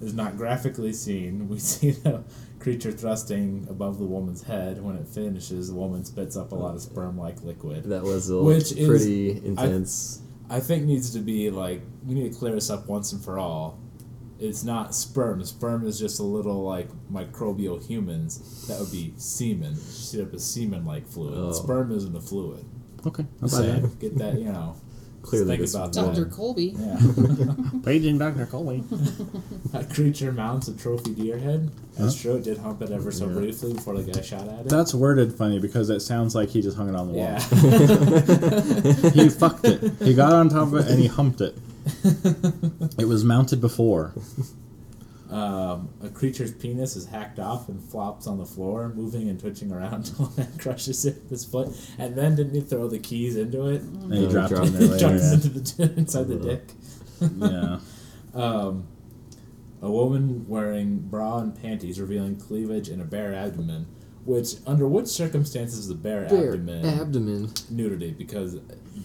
[SPEAKER 2] It is not graphically seen. We [LAUGHS] see the creature thrusting above the woman's head. When it finishes, the woman spits up a lot of sperm like liquid.
[SPEAKER 3] That was a
[SPEAKER 2] Which is-
[SPEAKER 3] pretty intense.
[SPEAKER 2] I think needs to be like we need to clear this up once and for all. It's not sperm. Sperm is just a little like microbial humans. That would be semen. Shit up as semen like fluid.
[SPEAKER 3] Oh.
[SPEAKER 2] Sperm isn't a fluid.
[SPEAKER 1] Okay. I'll buy
[SPEAKER 2] So
[SPEAKER 1] that.
[SPEAKER 2] get that, you know.
[SPEAKER 3] Clearly,
[SPEAKER 2] think
[SPEAKER 3] this
[SPEAKER 2] about
[SPEAKER 3] was
[SPEAKER 4] Dr.
[SPEAKER 2] that.
[SPEAKER 3] wrong.
[SPEAKER 4] Colby.
[SPEAKER 2] Yeah.
[SPEAKER 1] Paging Dr. Coley.
[SPEAKER 2] that creature mounts a trophy deer head. That's true. It did hump it ever so briefly before the guy shot at it.
[SPEAKER 1] That's worded funny because it sounds like he just hung it on the
[SPEAKER 2] yeah.
[SPEAKER 1] wall.
[SPEAKER 3] [LAUGHS]
[SPEAKER 1] he fucked it. He got on top of it and he humped it. It was mounted before.
[SPEAKER 2] Um, [LAUGHS] a creature's penis is hacked off and flops on the floor, moving and twitching around [LAUGHS] until it crushes it with his foot. And then didn't he throw the keys into it?
[SPEAKER 1] And he
[SPEAKER 3] Yeah,
[SPEAKER 1] dropped
[SPEAKER 2] [LAUGHS]
[SPEAKER 1] it
[SPEAKER 3] dropped
[SPEAKER 1] in there
[SPEAKER 2] It jumps
[SPEAKER 1] later.
[SPEAKER 2] into the [LAUGHS] inside the
[SPEAKER 3] Yeah.
[SPEAKER 2] dick.
[SPEAKER 1] yeah.
[SPEAKER 2] Um, a woman wearing bra and panties revealing cleavage and a bare abdomen. Which under what circumstances is a bare [LAUGHS] abdomen
[SPEAKER 3] abdomen.
[SPEAKER 2] nudity? Because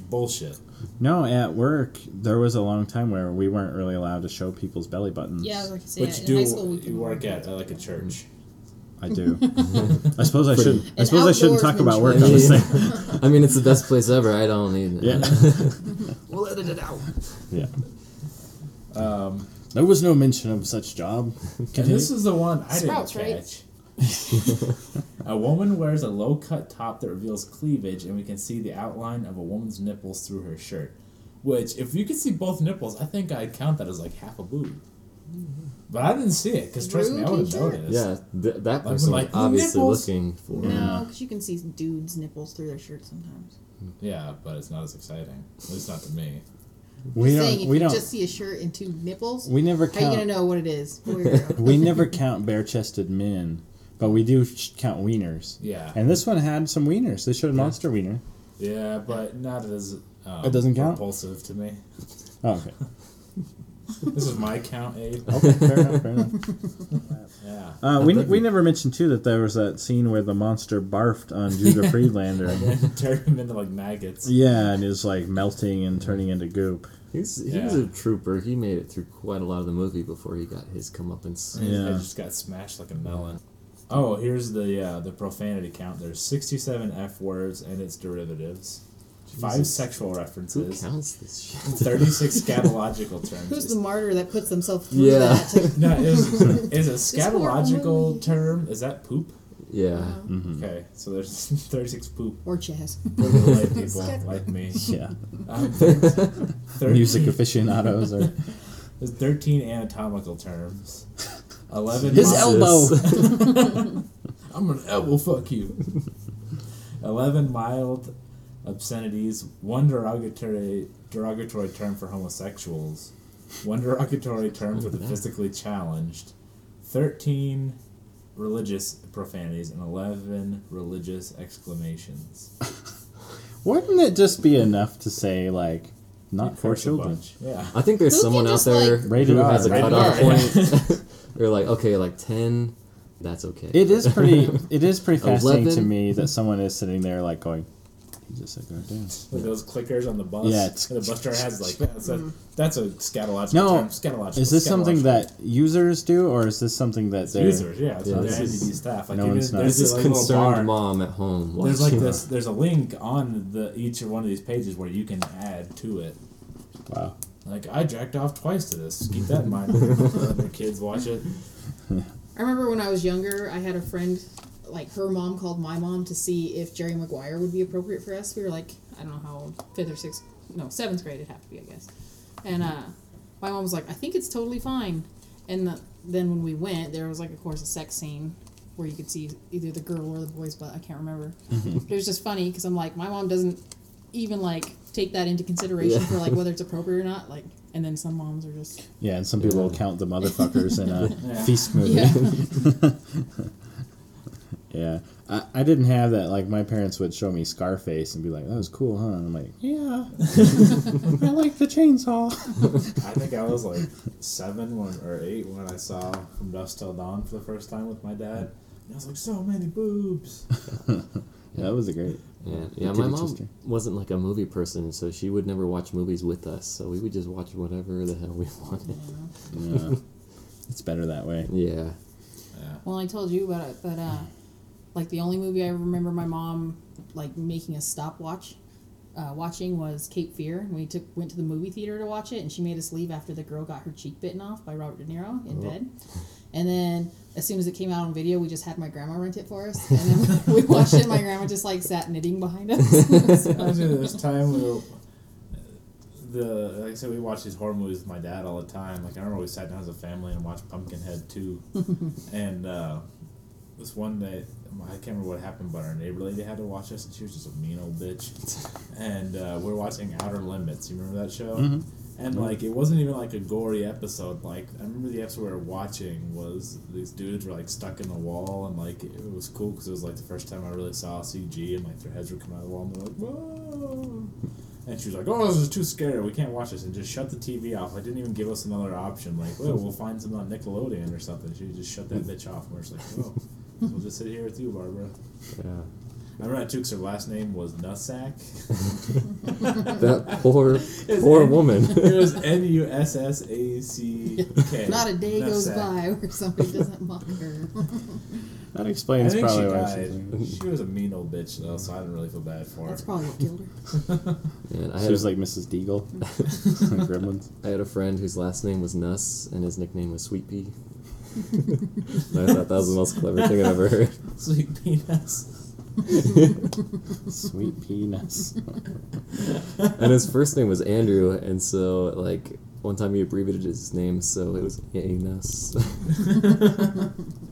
[SPEAKER 2] bullshit.
[SPEAKER 1] No, at work there was a long time where we weren't really allowed to show people's belly buttons.
[SPEAKER 4] Yeah, I was like, say,
[SPEAKER 2] Which
[SPEAKER 4] yeah, in
[SPEAKER 2] do
[SPEAKER 4] high school we
[SPEAKER 2] you
[SPEAKER 4] can
[SPEAKER 2] work at uh, like a church?
[SPEAKER 1] I do. I suppose I shouldn't. I
[SPEAKER 4] An
[SPEAKER 1] suppose I shouldn't talk about work on this
[SPEAKER 4] outdoorsman
[SPEAKER 3] Yeah.
[SPEAKER 1] thing.
[SPEAKER 3] I mean, it's the best place ever. I don't need it.
[SPEAKER 1] Yeah.
[SPEAKER 4] We'll edit it out.
[SPEAKER 1] Yeah.
[SPEAKER 2] Um,
[SPEAKER 1] There was no mention of such job.
[SPEAKER 2] and
[SPEAKER 1] Mm-hmm.
[SPEAKER 2] this is the one I
[SPEAKER 4] Sprouts,
[SPEAKER 2] didn't
[SPEAKER 4] right?
[SPEAKER 2] catch.
[SPEAKER 1] [LAUGHS]
[SPEAKER 2] a woman wears a low cut top that reveals cleavage, and we can see the outline of a woman's nipples through her shirt. Which, if you could see both nipples, I think I'd count that as like half a boob. But I didn't see it because trust me, I would have
[SPEAKER 4] Rude teacher?
[SPEAKER 2] noticed.
[SPEAKER 3] Yeah, th- that person
[SPEAKER 2] like,
[SPEAKER 3] was obviously
[SPEAKER 2] nipples.
[SPEAKER 3] looking for.
[SPEAKER 4] No, because you can see dudes' nipples through their shirts sometimes.
[SPEAKER 2] Yeah, but it's not as exciting. At least not to me.
[SPEAKER 1] we
[SPEAKER 4] Saying
[SPEAKER 1] don't.
[SPEAKER 4] if
[SPEAKER 1] We
[SPEAKER 4] you
[SPEAKER 1] don't.
[SPEAKER 4] just see a shirt and two nipples,
[SPEAKER 1] we never
[SPEAKER 4] how are you gonna
[SPEAKER 1] count.
[SPEAKER 4] know what it is? Weirdo.
[SPEAKER 1] We never count bare-chested men, but we do sh- count wieners.
[SPEAKER 2] Yeah.
[SPEAKER 1] And this one had some wieners. They showed a monster wiener.
[SPEAKER 2] yeah, but not as um,
[SPEAKER 1] It doesn't count?
[SPEAKER 2] repulsive to me. [LAUGHS]
[SPEAKER 1] Oh, okay.
[SPEAKER 2] This is my count, Abe.
[SPEAKER 1] Okay. Fair enough. Fair enough.
[SPEAKER 2] Yeah. [LAUGHS]
[SPEAKER 1] Uh, we,
[SPEAKER 3] that'd
[SPEAKER 1] we
[SPEAKER 3] be-
[SPEAKER 1] never mentioned too that there was that scene where the monster barfed on Judah Friedlander.
[SPEAKER 2] Turn him into like maggots.
[SPEAKER 1] Yeah, and is like melting and turning into goop.
[SPEAKER 3] He's he was
[SPEAKER 2] Yeah.
[SPEAKER 3] a trooper. He made it through quite a lot of the movie before he got his comeuppance.
[SPEAKER 2] And his
[SPEAKER 1] Yeah.
[SPEAKER 2] head just got smashed like a melon. Oh, here's the uh, the profanity count. There's 67 f words and its derivatives, five
[SPEAKER 3] Jesus.
[SPEAKER 2] sexual
[SPEAKER 3] Who
[SPEAKER 2] references,
[SPEAKER 3] counts this shit?
[SPEAKER 2] 36 scatological
[SPEAKER 4] Who's
[SPEAKER 2] terms.
[SPEAKER 4] the martyr that puts themselves
[SPEAKER 3] [LAUGHS]
[SPEAKER 4] through
[SPEAKER 2] [LAUGHS]
[SPEAKER 3] Yeah.
[SPEAKER 4] that?
[SPEAKER 2] no, is is a
[SPEAKER 4] horrible.
[SPEAKER 2] scatological term? Is that poop?
[SPEAKER 3] yeah,
[SPEAKER 1] Hmm.
[SPEAKER 2] Okay, so there's [LAUGHS] 36 poop
[SPEAKER 4] or Chaz.
[SPEAKER 2] for the lay people like me.
[SPEAKER 1] Yeah.
[SPEAKER 2] Um, thir- thir-
[SPEAKER 1] Music aficionados or
[SPEAKER 2] There's 13 anatomical terms. 11
[SPEAKER 1] his
[SPEAKER 3] His
[SPEAKER 2] mon-
[SPEAKER 1] elbow.
[SPEAKER 2] I'm an elbow fuck you. [LAUGHS] 11 mild obscenities, one derogatory derogatory term for homosexuals, one derogatory term for the physically challenged, 13 religious profanities, and 11 religious exclamations.
[SPEAKER 1] Wouldn't it just be enough to say like, not for
[SPEAKER 2] Curse a
[SPEAKER 1] children?
[SPEAKER 2] bunch. Yeah.
[SPEAKER 3] I think there's
[SPEAKER 4] Who can
[SPEAKER 3] someone out
[SPEAKER 4] just,
[SPEAKER 3] there
[SPEAKER 4] like-
[SPEAKER 1] Rated
[SPEAKER 3] who
[SPEAKER 1] R,
[SPEAKER 3] has a
[SPEAKER 1] rated
[SPEAKER 3] cutoff
[SPEAKER 2] R.
[SPEAKER 1] [LAUGHS]
[SPEAKER 3] point. They're like, okay, like ten, that's okay.
[SPEAKER 1] It is pretty. It is pretty fascinating to
[SPEAKER 3] Eleven.
[SPEAKER 1] me that someone is sitting there like going, "He just said go down."
[SPEAKER 2] Like those clickers on the bus.
[SPEAKER 1] Yeah, it's-
[SPEAKER 2] And the bus driver has like that's a that's a scatological
[SPEAKER 1] No,
[SPEAKER 2] term. Scatological.
[SPEAKER 1] Is this something
[SPEAKER 2] scatological.
[SPEAKER 1] that users do, or is this something that they're?
[SPEAKER 2] users? Yeah, it's
[SPEAKER 3] Yeah,
[SPEAKER 2] yeah,
[SPEAKER 3] this is-
[SPEAKER 2] staff. Like
[SPEAKER 1] no
[SPEAKER 2] even
[SPEAKER 1] one's not.
[SPEAKER 2] there's this
[SPEAKER 3] This is
[SPEAKER 2] like little bar.
[SPEAKER 3] concerned mom at home.
[SPEAKER 2] There's like
[SPEAKER 3] watching.
[SPEAKER 2] this. There's a link on the each of one of these pages where you can add to it.
[SPEAKER 1] Wow.
[SPEAKER 2] Like I jacked off twice to this. Keep that in mind. Let your kids watch it.
[SPEAKER 4] I remember when I was younger, I had a friend, like her mom called my mom to see if Jerry Maguire would be appropriate for us. We were like, I don't know how old, fifth or sixth, no, seventh grade it'd have to be, I guess. And uh, my mom was like, I think it's totally fine. And the, then when we went, there was like, of course, a sex scene where you could see either the girl or the boy's butt. I can't remember. But it was just funny because I'm like, my mom doesn't even like take that into consideration
[SPEAKER 3] Yeah.
[SPEAKER 4] for like whether it's appropriate or not. Like, and then some moms are just
[SPEAKER 1] Yeah, and some people will count the motherfuckers in a
[SPEAKER 2] Yeah.
[SPEAKER 1] feast movie.
[SPEAKER 4] Yeah.
[SPEAKER 1] [LAUGHS] Yeah. I, I didn't have that. Like, my parents would show me Scarface and be like, that was cool, huh? And I'm like, yeah. I like the chainsaw.
[SPEAKER 2] I think I was like seven when, or eight when I saw From Dusk Till Dawn for the first time with my dad. And I was like, so many boobs.
[SPEAKER 1] Yeah, that was a great.
[SPEAKER 3] Yeah, yeah.
[SPEAKER 1] Your
[SPEAKER 3] My
[SPEAKER 1] titty
[SPEAKER 3] mom
[SPEAKER 1] twister.
[SPEAKER 3] wasn't like a movie person, so she would never watch movies with us. So we would just watch whatever the hell we [LAUGHS] wanted.
[SPEAKER 1] Yeah. it's better that way.
[SPEAKER 3] Yeah,
[SPEAKER 2] Yeah.
[SPEAKER 4] Well, I told you about it, but uh, like the only movie I remember my mom like making a stopwatch uh, watching was Cape Fear. We took went to the movie theater to watch it, and she made us leave after the girl got her cheek bitten off by Robert De Niro in bed. And then as soon as it came out on video, we just had my grandma rent it for us, and then [LAUGHS] we watched it. [LAUGHS] and My grandma just like sat knitting behind us.
[SPEAKER 2] I remember this time we were, the like I said, we watch these horror movies with my dad all the time. Like I remember we sat down as a family and watched Pumpkinhead two, and uh, this one day I can't remember what happened, but our neighbor lady had to watch us, and she was just a mean old bitch. And uh, we were watching Outer Limits. You remember that show? And like it wasn't even like a gory episode. Like I remember the episode we were watching was these dudes were like stuck in the wall, and like it was cool because it was like the first time I really saw CG, and like their heads were coming out of the wall, and they're like, whoa. And she was like, "Oh, this is too scary. We can't watch this." And just shut the TV off. I didn't even give us another option. Like, well, we'll find something on Nickelodeon or something. She just shut that bitch off. And we're just like, "Oh, so we'll just sit here with you, Barbara."
[SPEAKER 3] Yeah.
[SPEAKER 2] I remember I took her last name was Nussack.
[SPEAKER 1] [LAUGHS]
[SPEAKER 3] That poor,
[SPEAKER 2] It's
[SPEAKER 3] poor
[SPEAKER 2] N- [LAUGHS]
[SPEAKER 3] woman.
[SPEAKER 2] It was N U S S A C K.
[SPEAKER 4] [LAUGHS] Not a day goes
[SPEAKER 2] Nussack.
[SPEAKER 4] by where somebody doesn't mock her.
[SPEAKER 1] That
[SPEAKER 2] I
[SPEAKER 1] explains
[SPEAKER 2] think she
[SPEAKER 1] probably why she's like-
[SPEAKER 2] died. She was a mean old bitch though, so I didn't really feel bad for her.
[SPEAKER 4] That's probably what killed her.
[SPEAKER 3] Man, I
[SPEAKER 1] She
[SPEAKER 3] had,
[SPEAKER 1] was
[SPEAKER 3] a,
[SPEAKER 1] like Mrs. Deagle.
[SPEAKER 2] [LAUGHS]
[SPEAKER 1] Like Gremlins.
[SPEAKER 3] [LAUGHS] I had a friend whose last name was Nuss and his nickname was Sweet Pea. And I thought that was the most clever thing I've ever heard.
[SPEAKER 2] Sweet
[SPEAKER 1] [LAUGHS]
[SPEAKER 2] peanuts.
[SPEAKER 1] Sweet penis.
[SPEAKER 3] And his first name was Andrew, and so like one time he abbreviated his name, so it was Anus. [LAUGHS]
[SPEAKER 4] [LAUGHS]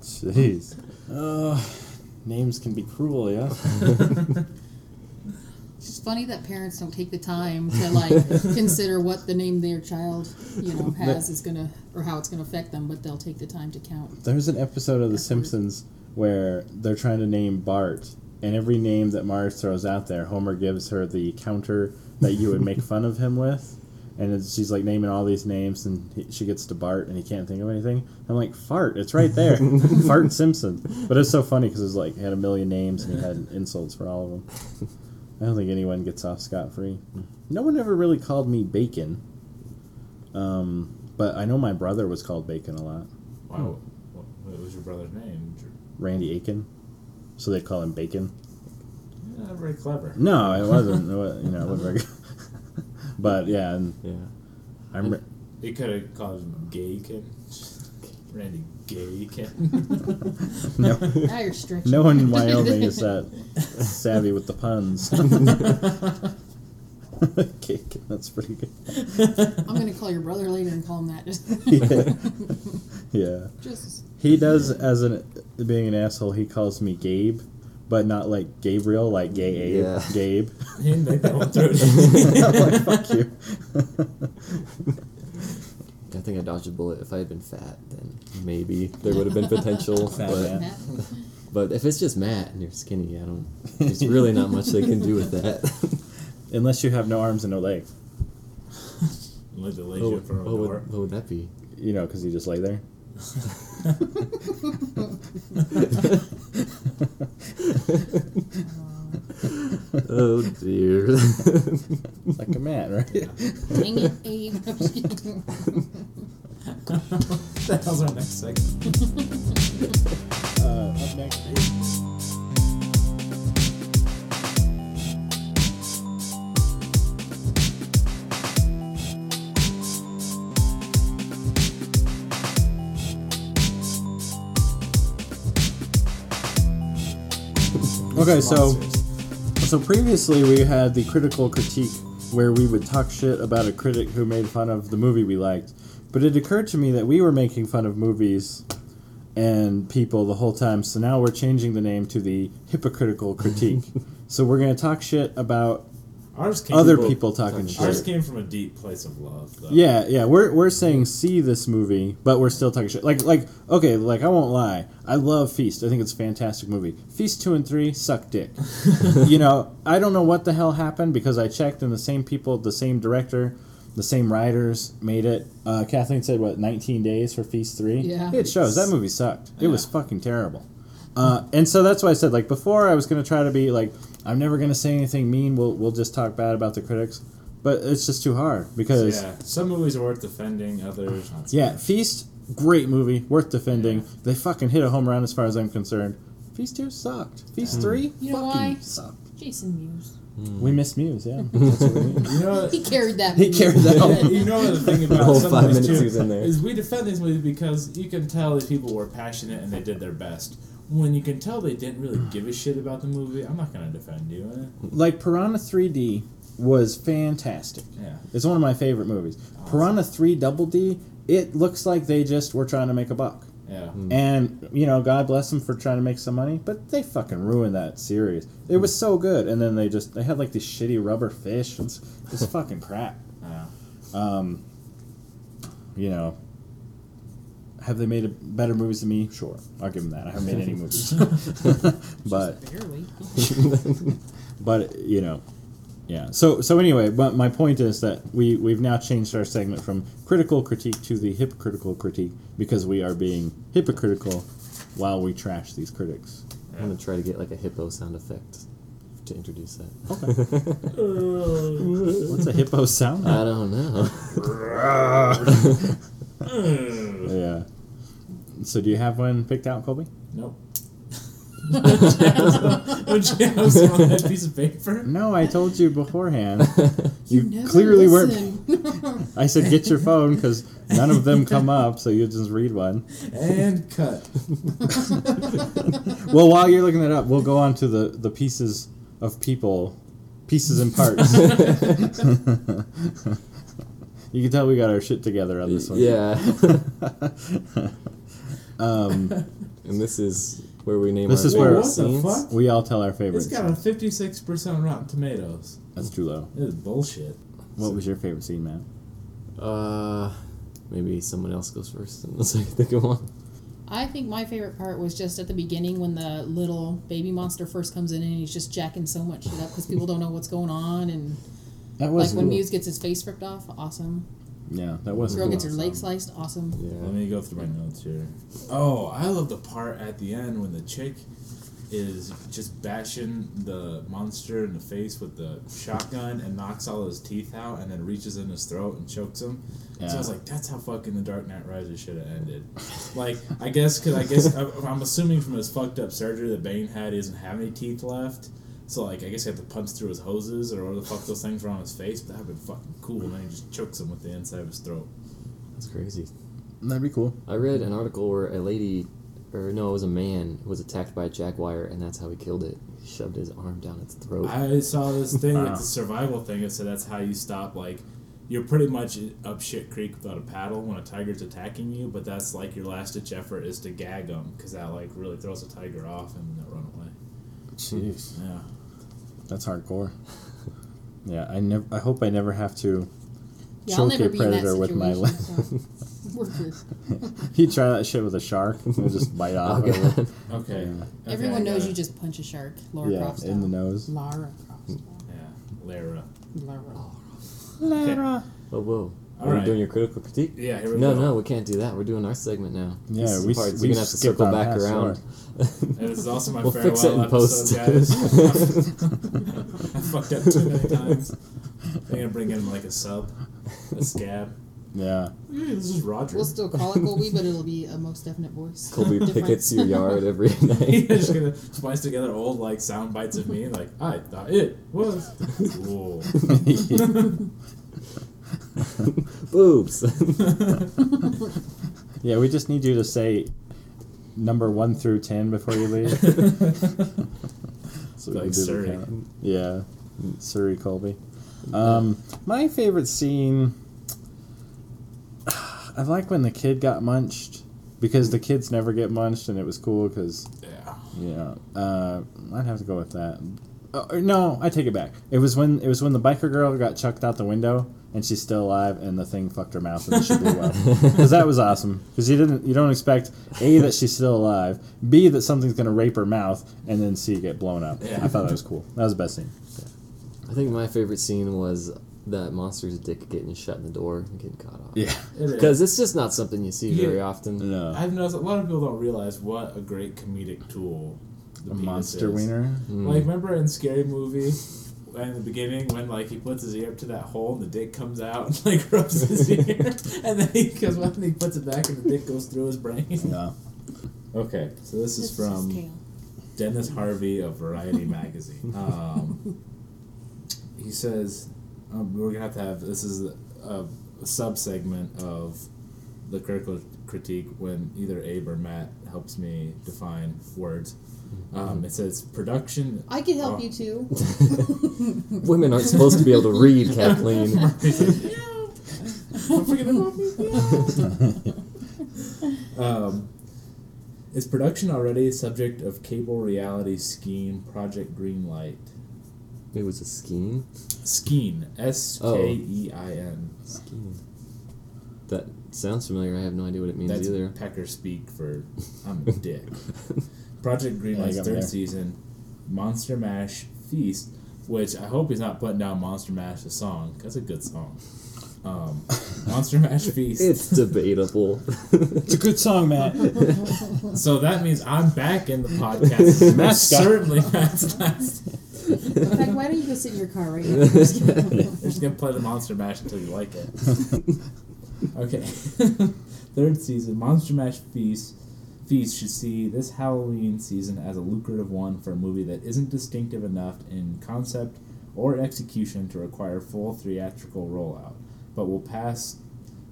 [SPEAKER 1] Jeez. Uh, names can be cruel, yeah?
[SPEAKER 4] It's just funny that parents don't take the time to
[SPEAKER 1] [LAUGHS]
[SPEAKER 4] like consider what the name their child, you know, has is gonna or how it's gonna affect them, but they'll take the time to count.
[SPEAKER 1] There's an episode of The Simpsons where they're trying to name Bart, and every name that Marge throws out there, Homer gives her the counter that you would make fun of him with. And it's, she's like naming all these names, and he, she gets to Bart, and he can't think of anything. I'm like, fart, it's right there. fart Simpson. But it's so funny because it's like, he had a million names, and he had insults for all of them. I don't think anyone gets off scot free. No one ever really called me Bacon. Um, but I know my brother was called Bacon a lot.
[SPEAKER 2] Wow, what, what was your brother's name?
[SPEAKER 1] Randy Aiken. So they call him Bacon.
[SPEAKER 2] Yeah, Not very clever.
[SPEAKER 1] No, it wasn't. It wa- you know, it wasn't very good. [LAUGHS] but yeah, and
[SPEAKER 3] Yeah.
[SPEAKER 1] I'm re-
[SPEAKER 2] They could have called him Gaykin. Randy
[SPEAKER 1] [LAUGHS]
[SPEAKER 2] Gaykin. [LAUGHS]
[SPEAKER 1] [LAUGHS] no,
[SPEAKER 4] Now you're stretching.
[SPEAKER 1] no one in Wyoming
[SPEAKER 4] [LAUGHS]
[SPEAKER 1] is that
[SPEAKER 3] [LAUGHS]
[SPEAKER 1] savvy with the puns. [LAUGHS] Cake, that's pretty good.
[SPEAKER 4] I'm gonna call your brother later and call
[SPEAKER 1] [LAUGHS]
[SPEAKER 4] him that. Just,
[SPEAKER 1] Yeah. yeah,
[SPEAKER 4] just
[SPEAKER 1] he does as an being an asshole. He calls me Gabe, but not like Gabriel, like Gay Abe.
[SPEAKER 3] Yeah.
[SPEAKER 1] Gabe.
[SPEAKER 2] [LAUGHS] he didn't think that one
[SPEAKER 1] [LAUGHS]
[SPEAKER 2] through.
[SPEAKER 1] I'm [LAUGHS] like, fuck you.
[SPEAKER 3] I think I dodged a bullet. If I had been fat, then maybe there would have been
[SPEAKER 4] [LAUGHS]
[SPEAKER 3] potential.
[SPEAKER 1] [LAUGHS] Fat
[SPEAKER 3] but,
[SPEAKER 1] man.
[SPEAKER 4] Matt.
[SPEAKER 3] but if it's just Matt and you're skinny, I don't. There's really not much they can do with
[SPEAKER 1] [LAUGHS]
[SPEAKER 3] that.
[SPEAKER 1] [LAUGHS] Unless you have no arms and no legs,
[SPEAKER 2] Like the lady
[SPEAKER 3] Oh,
[SPEAKER 2] in front of
[SPEAKER 3] what,
[SPEAKER 2] the
[SPEAKER 3] would,
[SPEAKER 2] door.
[SPEAKER 3] what would that be?
[SPEAKER 1] you know, because you just lay there.
[SPEAKER 3] [LAUGHS] oh dear. [LAUGHS]
[SPEAKER 1] like a man, right?
[SPEAKER 4] Dang it, Abe. I'm just kidding.
[SPEAKER 2] [LAUGHS] that was our next segment.
[SPEAKER 1] Uh, up next is Okay, so so previously we had the critical critique where we would talk shit about a critic who made fun of the movie we liked. But it occurred to me that we were making fun of movies and people the whole time. So now we're changing the name to the hypocritical [LAUGHS] critique. so we're going to talk shit about
[SPEAKER 2] ours came
[SPEAKER 1] other
[SPEAKER 2] from-
[SPEAKER 1] people talking
[SPEAKER 2] Ours
[SPEAKER 1] shit.
[SPEAKER 2] came from a deep place of love. Though.
[SPEAKER 1] Yeah, yeah, we're, we're saying see this movie, but we're still talking shit. Like like okay, like I won't lie, I love Feast. I think it's a fantastic movie. Feast two and three suck dick.
[SPEAKER 2] [LAUGHS]
[SPEAKER 1] you know, I don't know what the hell happened because I checked and the same people, the same director, the same writers made it. Uh, Kathleen said what 19 days for Feast three.
[SPEAKER 4] Yeah.
[SPEAKER 1] it shows that movie sucked. It was fucking terrible. Uh, and so that's why I said like before I was gonna try to be like I'm never gonna say anything mean. We'll we'll just talk bad about the critics. But it's just too hard because
[SPEAKER 2] Yeah, some movies are worth defending, others not. so
[SPEAKER 1] yeah, Feast, great movie, worth defending. They fucking hit a home run as far as I'm concerned. Feast 2 sucked. Feast 3
[SPEAKER 4] You know
[SPEAKER 1] fucking
[SPEAKER 4] why?
[SPEAKER 1] sucked.
[SPEAKER 4] Jason Mewes.
[SPEAKER 1] We missed Muse, yeah. That's what we mean.
[SPEAKER 2] much. You
[SPEAKER 3] [LAUGHS]
[SPEAKER 2] know,
[SPEAKER 4] He carried that.
[SPEAKER 1] he
[SPEAKER 4] movie.
[SPEAKER 1] carried that
[SPEAKER 2] yeah,
[SPEAKER 1] home.
[SPEAKER 2] you know the thing about
[SPEAKER 3] The whole
[SPEAKER 2] some
[SPEAKER 3] five
[SPEAKER 2] movies,
[SPEAKER 3] minutes
[SPEAKER 2] too,
[SPEAKER 3] he was in there.
[SPEAKER 2] is we defend these movies because you can tell these people were passionate and they did their best. when you can tell they didn't really give a shit about the movie, I'm not gonna defend you. eh?
[SPEAKER 1] [LAUGHS] Like Piranha 3D was fantastic.
[SPEAKER 2] Yeah.
[SPEAKER 1] It's one of my favorite movies. Piranha 3 Double D, it looks like they just were trying to make a buck.
[SPEAKER 2] Yeah.
[SPEAKER 3] Hmm.
[SPEAKER 1] And, you know, God bless them for trying to make some money, but they fucking ruined that series. It was so good, and then they just, they had like these shitty rubber fish. It's, it's fucking crap.
[SPEAKER 3] [LAUGHS]
[SPEAKER 2] Yeah.
[SPEAKER 1] Um, you know, have they made a, better movies than me? Sure. I'll give them that. I haven't made any movies. [LAUGHS] but
[SPEAKER 4] [LAUGHS] Just barely.
[SPEAKER 1] [LAUGHS] but you know yeah so so anyway but my point is that we we've now changed our segment from critical critique to the hypocritical critique because we are being hypocritical while we trash these critics
[SPEAKER 3] I'm gonna try to get like a hippo sound effect to introduce that.
[SPEAKER 1] what's a hippo sound
[SPEAKER 3] I don't
[SPEAKER 1] [LAUGHS]
[SPEAKER 3] know.
[SPEAKER 1] yeah so do you have one picked out colby
[SPEAKER 2] Nope. [LAUGHS] Would you have some on that piece of paper?
[SPEAKER 1] no i told you beforehand
[SPEAKER 4] You,
[SPEAKER 1] never clearly weren't- [LAUGHS]
[SPEAKER 4] weren't.
[SPEAKER 1] i said get your phone because none of them come up so you just read one
[SPEAKER 2] And cut.
[SPEAKER 1] well while you're looking it up we'll go on to the the pieces of people pieces and
[SPEAKER 3] [LAUGHS]
[SPEAKER 1] parts you can tell we got our shit together on this one
[SPEAKER 3] yeah.
[SPEAKER 1] [LAUGHS]
[SPEAKER 3] [LAUGHS]
[SPEAKER 1] um,
[SPEAKER 3] and this is where we name
[SPEAKER 1] This
[SPEAKER 3] our
[SPEAKER 1] is where-
[SPEAKER 3] favorite
[SPEAKER 2] What the
[SPEAKER 3] scenes.
[SPEAKER 2] fuck?
[SPEAKER 1] we all tell our favorite
[SPEAKER 2] It's got a 56% Rotten Tomatoes.
[SPEAKER 1] that's too low
[SPEAKER 2] This is bullshit.
[SPEAKER 1] what was your favorite scene man
[SPEAKER 3] Uh, maybe someone else goes first [LAUGHS] unless I can think of one.
[SPEAKER 4] I think my favorite part was just at the beginning when the little baby monster first comes in and he's just jacking so much shit up because people don't know what's going on and
[SPEAKER 1] that
[SPEAKER 4] like
[SPEAKER 1] was
[SPEAKER 4] when
[SPEAKER 1] cool.
[SPEAKER 4] Muse gets his face ripped off, awesome.
[SPEAKER 1] yeah that was
[SPEAKER 4] Girl
[SPEAKER 1] cool.
[SPEAKER 4] gets her leg sliced, awesome.
[SPEAKER 2] Let
[SPEAKER 3] Yeah.
[SPEAKER 2] me go through my notes here. Oh, I love the part at the end when the chick is just bashing the monster in the face with the shotgun and knocks all his teeth out and then reaches in his throat and chokes him. So I was
[SPEAKER 1] Yeah.
[SPEAKER 2] like, that's how fucking The Dark Knight Rises should have ended. like, I guess, because I guess I- I'm assuming from his fucked up surgery that Bane had, he doesn't have any teeth left. So, like, I guess he had to punch through his hoses or whatever the fuck those things were on his face, but that would have been fucking cool. And then he just chokes him with the inside of his throat.
[SPEAKER 3] That's crazy.
[SPEAKER 1] that'd be cool
[SPEAKER 3] I read an article where a lady, or no, it was a man, was attacked by a jaguar, and that's how he killed it. He shoved his arm down its throat.
[SPEAKER 2] I saw this thing,
[SPEAKER 1] Wow.
[SPEAKER 2] it's a survival thing. It said that's how you stop, like, you're pretty much up shit creek without a paddle when a tiger's attacking you, but that's like your last ditch effort is to gag them because that, like, really throws a tiger off and they'll run away.
[SPEAKER 4] Mm-hmm.
[SPEAKER 1] jeez
[SPEAKER 2] Yeah.
[SPEAKER 1] that's hardcore yeah i never i hope i never have to
[SPEAKER 4] Yeah, I'll
[SPEAKER 1] Choke
[SPEAKER 4] never
[SPEAKER 1] a
[SPEAKER 4] be in that
[SPEAKER 1] predator with my
[SPEAKER 4] situation. so. [LAUGHS] We're good.
[SPEAKER 1] he try that shit with a shark and just
[SPEAKER 3] [LAUGHS]
[SPEAKER 1] bite
[SPEAKER 3] Oh,
[SPEAKER 1] off
[SPEAKER 3] God.
[SPEAKER 2] [LAUGHS] Okay.
[SPEAKER 1] Yeah.
[SPEAKER 2] Okay,
[SPEAKER 4] Everyone
[SPEAKER 2] I
[SPEAKER 4] knows
[SPEAKER 2] gotta-
[SPEAKER 4] you just punch a shark. Laura
[SPEAKER 1] yeah
[SPEAKER 4] Croft style.
[SPEAKER 1] in the nose
[SPEAKER 4] Lara Croft. style.
[SPEAKER 2] Yeah, Lara.
[SPEAKER 4] Lara.
[SPEAKER 2] Lara.
[SPEAKER 3] Oh, whoa. Are
[SPEAKER 2] All
[SPEAKER 3] you
[SPEAKER 2] right.
[SPEAKER 3] doing your critical critique?
[SPEAKER 2] Yeah, here we
[SPEAKER 3] No,
[SPEAKER 2] go.
[SPEAKER 3] no, we can't do that. We're doing our segment now.
[SPEAKER 1] Yeah,
[SPEAKER 3] This is the
[SPEAKER 1] we-
[SPEAKER 3] part, so
[SPEAKER 1] we
[SPEAKER 3] We're gonna have to
[SPEAKER 1] skipped
[SPEAKER 3] circle
[SPEAKER 1] on
[SPEAKER 3] back
[SPEAKER 1] past
[SPEAKER 3] around.
[SPEAKER 2] And this is also my
[SPEAKER 3] We'll
[SPEAKER 2] farewell
[SPEAKER 3] fix it in post.
[SPEAKER 2] episode, guys. [LAUGHS] I fucked up too many times. They're gonna bring in like a sub, a scab.
[SPEAKER 1] yeah
[SPEAKER 2] Hey, this is Roger.
[SPEAKER 4] We'll still call it Colby, but it'll be a most definite voice.
[SPEAKER 3] [LAUGHS] [LAUGHS] Colby
[SPEAKER 4] Different.
[SPEAKER 3] pickets your
[SPEAKER 2] [LAUGHS]
[SPEAKER 3] yard [LAUGHS]
[SPEAKER 4] [LAUGHS]
[SPEAKER 3] every
[SPEAKER 2] He's
[SPEAKER 3] night. [LAUGHS]
[SPEAKER 1] [LAUGHS]
[SPEAKER 2] just gonna splice together old like sound bites of me, like I thought it was.
[SPEAKER 1] [LAUGHS]
[SPEAKER 2] Cool. [LAUGHS]
[SPEAKER 1] [LAUGHS]
[SPEAKER 3] Boobs.
[SPEAKER 1] Yeah, we just need you to say number one through ten before
[SPEAKER 2] [LAUGHS]
[SPEAKER 1] you leave. so
[SPEAKER 2] Like
[SPEAKER 1] we can do the
[SPEAKER 2] Surrey.
[SPEAKER 1] count. Yeah, Surrey Colby. Um, my favorite scene. [SIGHS] I like when the kid got munched because the kids never get munched, and it was cool because
[SPEAKER 2] yeah.
[SPEAKER 1] yeah, uh, I'd have to go with that. Uh, or no, I take it back. It was when it was when the biker girl got chucked out the window and she's still alive, and the thing fucked her mouth and she
[SPEAKER 2] [LAUGHS]
[SPEAKER 1] blew up. Because that was awesome. Because you didn't you don't expect a that she's still alive, b that something's gonna rape her mouth, and then c get blown up.
[SPEAKER 2] Yeah.
[SPEAKER 1] I thought that was cool. That was the best scene.
[SPEAKER 3] I think my favorite scene was that monster's dick getting shut in the door and getting caught off.
[SPEAKER 1] Yeah.
[SPEAKER 2] It is.
[SPEAKER 3] Because it's just not something you see
[SPEAKER 2] Yeah.
[SPEAKER 3] very often.
[SPEAKER 1] No.
[SPEAKER 2] I've noticed a lot of people don't realize what a great comedic tool the
[SPEAKER 1] A
[SPEAKER 2] penis
[SPEAKER 1] monster
[SPEAKER 2] is.
[SPEAKER 1] wiener.
[SPEAKER 3] Mm.
[SPEAKER 2] Like remember in Scary Movie, in the beginning when like he puts his ear up to that hole and the dick comes out and like [LAUGHS] rubs his ear, and then he goes up and he puts it back and the dick goes through his brain. [LAUGHS]
[SPEAKER 1] Yeah.
[SPEAKER 2] Okay, so this
[SPEAKER 4] This
[SPEAKER 2] is
[SPEAKER 4] is his
[SPEAKER 2] from
[SPEAKER 4] tail.
[SPEAKER 2] Dennis Harvey of Variety [LAUGHS] magazine. Um, he says um, we're gonna have to have this is a, a sub segment of the critical critique when either Abe or Matt helps me define words. Um, it says production.
[SPEAKER 4] I can help
[SPEAKER 2] Oh.
[SPEAKER 4] you too.
[SPEAKER 3] [LAUGHS] Women aren't supposed to be able to
[SPEAKER 2] [LAUGHS]
[SPEAKER 3] read, Kathleen.
[SPEAKER 4] No.
[SPEAKER 2] Don't forget about me. [LAUGHS] Um, is production already a subject of cable reality scheme Project Greenlight?
[SPEAKER 3] It was a scheme.
[SPEAKER 2] Skeen. S
[SPEAKER 3] Oh.
[SPEAKER 2] K E I N.
[SPEAKER 3] Scheme. That sounds familiar. I have no idea what it means
[SPEAKER 2] That's
[SPEAKER 3] either.
[SPEAKER 2] Pecker speak for I'm a
[SPEAKER 3] [LAUGHS]
[SPEAKER 2] dick. Project Greenlight's
[SPEAKER 1] got me
[SPEAKER 2] third
[SPEAKER 1] there.
[SPEAKER 2] season, Monster Mash Feast, which I hope he's not putting down Monster Mash the song. That's a good song. Um,
[SPEAKER 3] [LAUGHS]
[SPEAKER 2] Monster Mash Feast.
[SPEAKER 3] It's [LAUGHS] debatable.
[SPEAKER 1] It's a good song, Matt.
[SPEAKER 2] So that means I'm back in the
[SPEAKER 3] [LAUGHS]
[SPEAKER 2] podcast.
[SPEAKER 1] Matt Scott.
[SPEAKER 2] Certainly, Matt's last.
[SPEAKER 4] In fact, why don't you go sit in your car right now? [LAUGHS]
[SPEAKER 2] [LAUGHS]
[SPEAKER 4] Just kidding.
[SPEAKER 2] They're just gonna play the Monster Mash until you like
[SPEAKER 3] [LAUGHS]
[SPEAKER 2] it. Okay. [LAUGHS] Third season, Monster Mash Feast Feast should see this Halloween season as a lucrative one for a movie that isn't distinctive enough in concept or execution to require full theatrical rollout, but will pass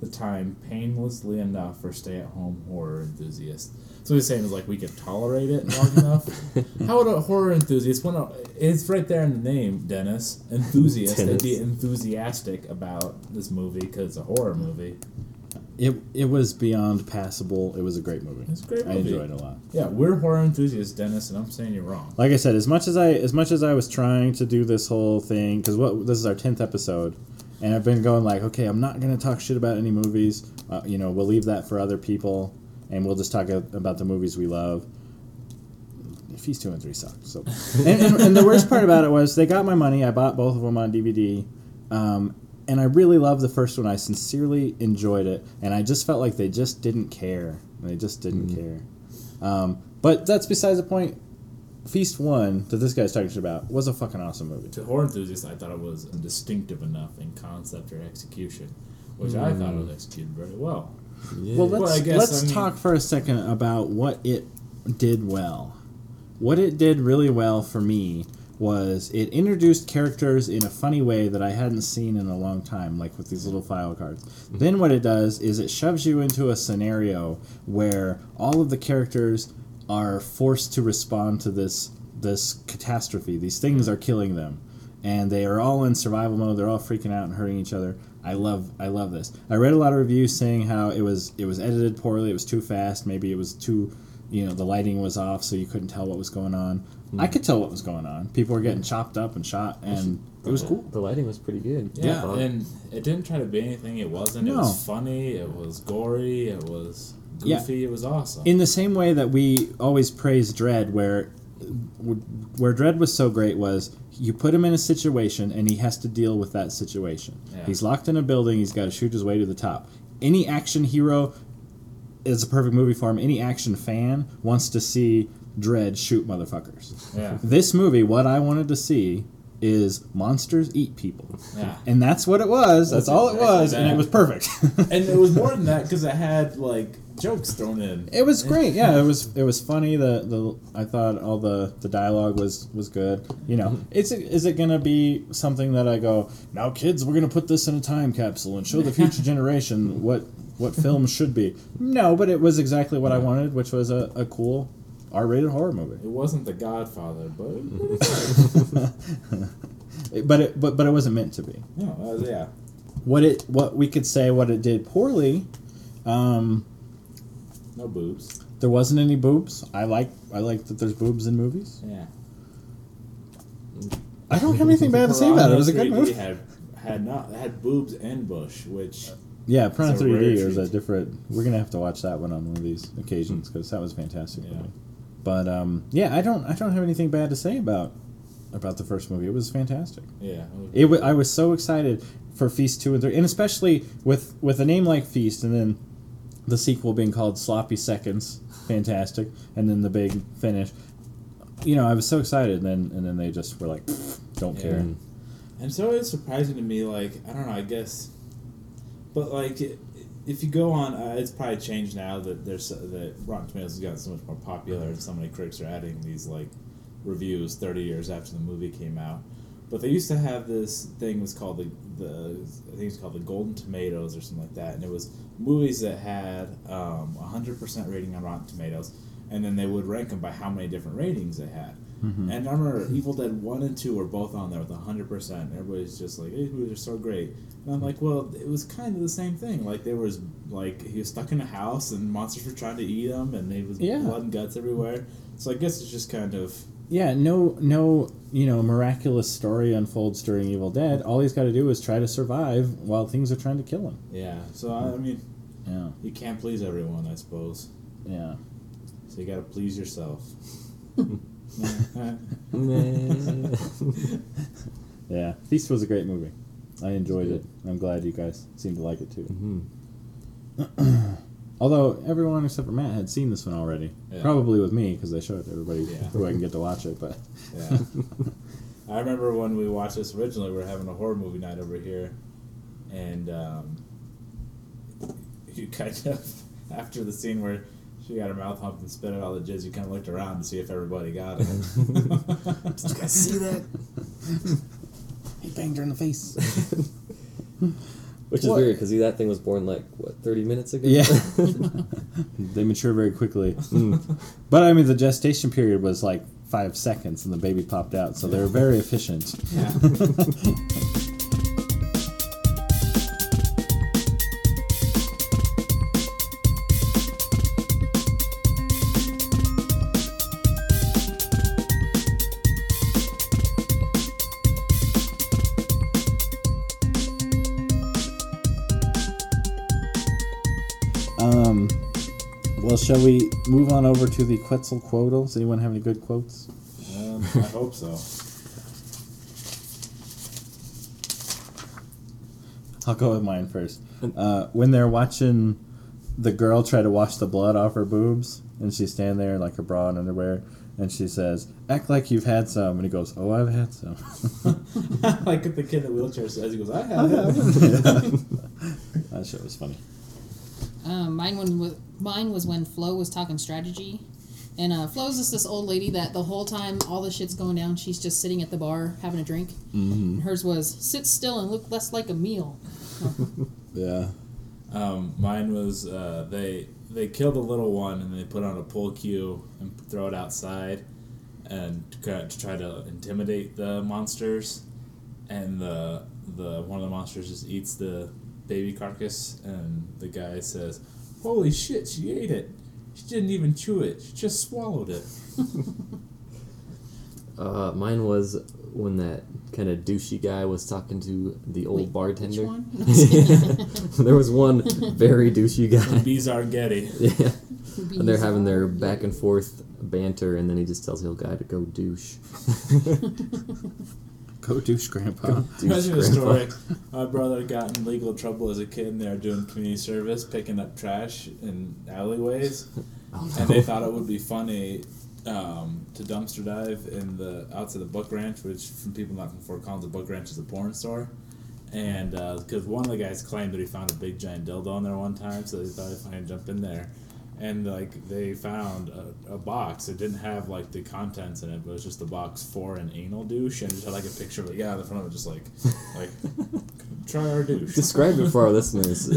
[SPEAKER 2] the time painlessly enough for stay-at-home horror enthusiasts. So what he's saying is like we could tolerate it long enough. [LAUGHS] How would a horror enthusiast? When a, it's right there in the name, Dennis enthusiast. They'd be enthusiastic about this movie because it's a horror movie.
[SPEAKER 1] It it was beyond passable. It was a great movie.
[SPEAKER 2] It's a great
[SPEAKER 1] I
[SPEAKER 2] movie.
[SPEAKER 1] enjoyed it a lot.
[SPEAKER 2] Yeah, we're horror enthusiasts, Dennis, and I'm saying you're wrong.
[SPEAKER 1] Like I said, as much as I as much as I was trying to do this whole thing because what this is our tenth episode, and I've been going like, okay, I'm not gonna talk shit about any movies. Uh, you know, we'll leave that for other people, and we'll just talk a- about the movies we love. Feast two and three sucked. So, and, and, and the worst part about it was they got my money. I bought both of them on DVD, um, and I really loved the first one. I sincerely enjoyed it, and I just felt like they just didn't care. They just didn't care. Um, but that's besides the point. Feast One that this guy's talking shit about was a fucking awesome movie.
[SPEAKER 2] To horror enthusiasts, I thought it was distinctive enough in concept or execution, which I thought
[SPEAKER 1] Mm.
[SPEAKER 2] it was executed very well.
[SPEAKER 3] Yeah.
[SPEAKER 1] Well,
[SPEAKER 2] Well,
[SPEAKER 1] let's
[SPEAKER 2] I guess,
[SPEAKER 1] let's
[SPEAKER 2] I mean-
[SPEAKER 1] talk for a second about what it did well. What it did really well for me was it introduced characters in a funny way that I hadn't seen in a long time, like with these little file cards. Then what it does is it shoves you into a scenario where all of the characters are forced to respond to this this catastrophe. These things are killing them, and they are all in survival mode. They're all freaking out and hurting each other. I love I love this. I read a lot of reviews saying how it was it was edited poorly. It was too fast. Maybe it was too you know the lighting was off, so you couldn't tell what was going on. I could tell what was going on. People were getting chopped up and shot, and it was cool.
[SPEAKER 3] The lighting was pretty good. I
[SPEAKER 2] Yeah,
[SPEAKER 3] thought.
[SPEAKER 2] and it didn't try to be anything it wasn't. It was funny, it was gory, it was goofy, it was awesome.
[SPEAKER 1] In the same way that we always praise Dread, where where Dread was so great was you put him in a situation and he has to deal with that situation.
[SPEAKER 2] Yeah.
[SPEAKER 1] He's locked in a building. He's got to shoot his way to the top. Any action hero is a perfect movie for him. Any action fan wants to see Dread shoot motherfuckers.
[SPEAKER 2] yeah,
[SPEAKER 1] This movie, what I wanted to see is monsters eat people,
[SPEAKER 2] yeah.
[SPEAKER 1] [LAUGHS] and that's what it was. That's,
[SPEAKER 2] That's
[SPEAKER 1] all it
[SPEAKER 2] exactly
[SPEAKER 1] was, and
[SPEAKER 2] that.
[SPEAKER 1] it was perfect. [LAUGHS]
[SPEAKER 2] And it was more than that because it had, like, jokes thrown in.
[SPEAKER 1] It was great. Yeah, it was it was funny. The the I thought all the the dialogue was was good. You know, it's is it gonna be something that I go now, kids? We're gonna put this in a time capsule and show the future generation what what films should be. No, but it was exactly what I wanted, which was a, a cool R rated horror
[SPEAKER 2] [LAUGHS]
[SPEAKER 1] movie. [LAUGHS]
[SPEAKER 2] It wasn't The Godfather,
[SPEAKER 1] Mm-hmm.
[SPEAKER 2] but
[SPEAKER 1] It- but it but but it wasn't meant to be.
[SPEAKER 2] no, it was, yeah.
[SPEAKER 1] What it what we could say what it did poorly. Um,
[SPEAKER 2] No boobs.
[SPEAKER 1] there wasn't any boobs. I like I like that there's boobs in movies.
[SPEAKER 2] Yeah.
[SPEAKER 1] I don't have anything bad to say about it. It was a good
[SPEAKER 2] Piranha
[SPEAKER 1] movie.
[SPEAKER 2] 3D Had, had not had boobs and bush, which
[SPEAKER 1] Yeah, Piranha
[SPEAKER 2] It's a rare
[SPEAKER 1] 3D is a
[SPEAKER 2] treat.
[SPEAKER 1] different. We're gonna have to watch that one on one of these occasions because that was a fantastic.
[SPEAKER 2] Yeah.
[SPEAKER 1] Movie. But um, yeah, I don't I don't have anything bad to say about about the first movie. It was fantastic.
[SPEAKER 2] yeah, it was-
[SPEAKER 1] It wa I was so excited for Feast two and three, and especially with with a name like Feast, and then the sequel being called Sloppy Seconds, fantastic, and then the big finish. You know, I was so excited, and then and then they just were like, don't
[SPEAKER 2] Yeah.
[SPEAKER 1] care.
[SPEAKER 2] And so it's surprising to me, like, I don't know, I guess, but like, i- if you go on, uh, it's probably changed now that there's that Rotten Tomatoes has gotten so much more popular, and so many critics are adding these like reviews 30 years after the movie came out. But they used to have this thing was called the the I think it's called the Golden Tomatoes or something like that, and it was movies that had um, 100% rating on Rotten Tomatoes, and then they would rank them by how many different ratings they had. And I remember Evil Dead 1 and 2 were both on there with 100%. Everybody's just like, these movies are so great. And I'm like, well, it was kind of the same thing. Like, there was, like, he was stuck in a house and monsters were trying to eat him and there was
[SPEAKER 1] Yeah.
[SPEAKER 2] blood and guts everywhere. So I guess it's just kind of.
[SPEAKER 1] Yeah, no, no, you know, miraculous story unfolds during Evil Dead. All he's got to do is try to survive while things are trying to kill him.
[SPEAKER 2] Yeah. So, I I mean,
[SPEAKER 1] Yeah,
[SPEAKER 2] you can't please everyone, I suppose.
[SPEAKER 1] yeah.
[SPEAKER 2] So you gotta please [LAUGHS] yourself.
[SPEAKER 1] Yeah, Feast was a great movie. I enjoyed it. I'm glad you guys seem to like it too. Although everyone except for Matt had seen this one already,
[SPEAKER 2] Yeah.
[SPEAKER 1] probably with me because I showed it to everybody
[SPEAKER 2] Yeah.
[SPEAKER 1] who I can get to watch it. But [LAUGHS]
[SPEAKER 2] Yeah. I remember when we watched this originally, we were having a horror movie night over here, and um, you kind of, [LAUGHS] after the scene where she got her mouth humped and spit out all the jizz, you kind of looked around to see if everybody [LAUGHS] got it. Did you guys see that?
[SPEAKER 1] he banged her in the face.
[SPEAKER 3] [LAUGHS] Which is
[SPEAKER 1] What?
[SPEAKER 3] weird because that thing was born like what thirty minutes ago. [LAUGHS]
[SPEAKER 1] Yeah. they mature very quickly. But I mean, the gestation period was like five seconds, and the baby popped out, so they
[SPEAKER 2] [LAUGHS]
[SPEAKER 1] were very efficient.
[SPEAKER 2] Yeah.
[SPEAKER 1] Um, well, shall we move on over to the Quetzalcoatl? Does anyone have any good quotes?
[SPEAKER 2] Um, I hope so.
[SPEAKER 1] I'll go with mine first. Uh, when they're watching the girl try to wash the blood off her boobs, and she's standing there in like her bra and underwear, and she says, "Act like you've had some," and he goes, "Oh, I've had [LAUGHS] some."
[SPEAKER 2] [LAUGHS] like the kid in the wheelchair says, he goes, I have it. [LAUGHS]
[SPEAKER 1] that shit was funny.
[SPEAKER 4] Um, mine when wa- mine was when Flo was talking strategy, and uh, Flo's just this old lady that the whole time all the shit's going down, she's just sitting at the bar having a drink.
[SPEAKER 3] Mm-hmm.
[SPEAKER 4] And hers was sit still and look less like a
[SPEAKER 3] [LAUGHS]
[SPEAKER 4] meal.
[SPEAKER 1] Yeah.
[SPEAKER 2] Um, mine was uh, they they kill the little one and they put on a pull cue and throw it outside and to, ca- to try to intimidate the monsters and the the one of the monsters just eats the baby carcass and the guy says holy shit she ate it she didn't even chew it she just swallowed it
[SPEAKER 3] Uh, mine was when that kind of douchey guy was talking to the old
[SPEAKER 4] Wait,
[SPEAKER 3] [LAUGHS]
[SPEAKER 4] which
[SPEAKER 3] bartender.
[SPEAKER 4] one? [LAUGHS]
[SPEAKER 3] there was one very douchey guy.
[SPEAKER 2] bees are getty
[SPEAKER 3] yeah. [LAUGHS]
[SPEAKER 4] Bees
[SPEAKER 3] And they're having their
[SPEAKER 4] are
[SPEAKER 3] back and
[SPEAKER 4] yay. [LAUGHS]
[SPEAKER 3] forth banter, and then he just tells the old guy to go douche. [LAUGHS]
[SPEAKER 1] Go douche, Grandpa.
[SPEAKER 2] Imagine the story.
[SPEAKER 3] grandpa.
[SPEAKER 2] My brother got in legal trouble as a kid, and they were doing community service, picking up trash in alleyways, and they thought it would be funny um, to dumpster dive in the outside the Buck Ranch, which from people not from Fort Collins, the Buck Ranch is a porn store, and because one of the guys claimed that he found a big giant dildo in there one time, so they thought he'd find jump in there. And like they found a, a box that didn't have like the contents in it, but it was just the box for an anal douche, and it just had like a picture of a guy on the front of it, just like, like
[SPEAKER 1] [LAUGHS]
[SPEAKER 2] try our douche.
[SPEAKER 3] Describe it for our listeners.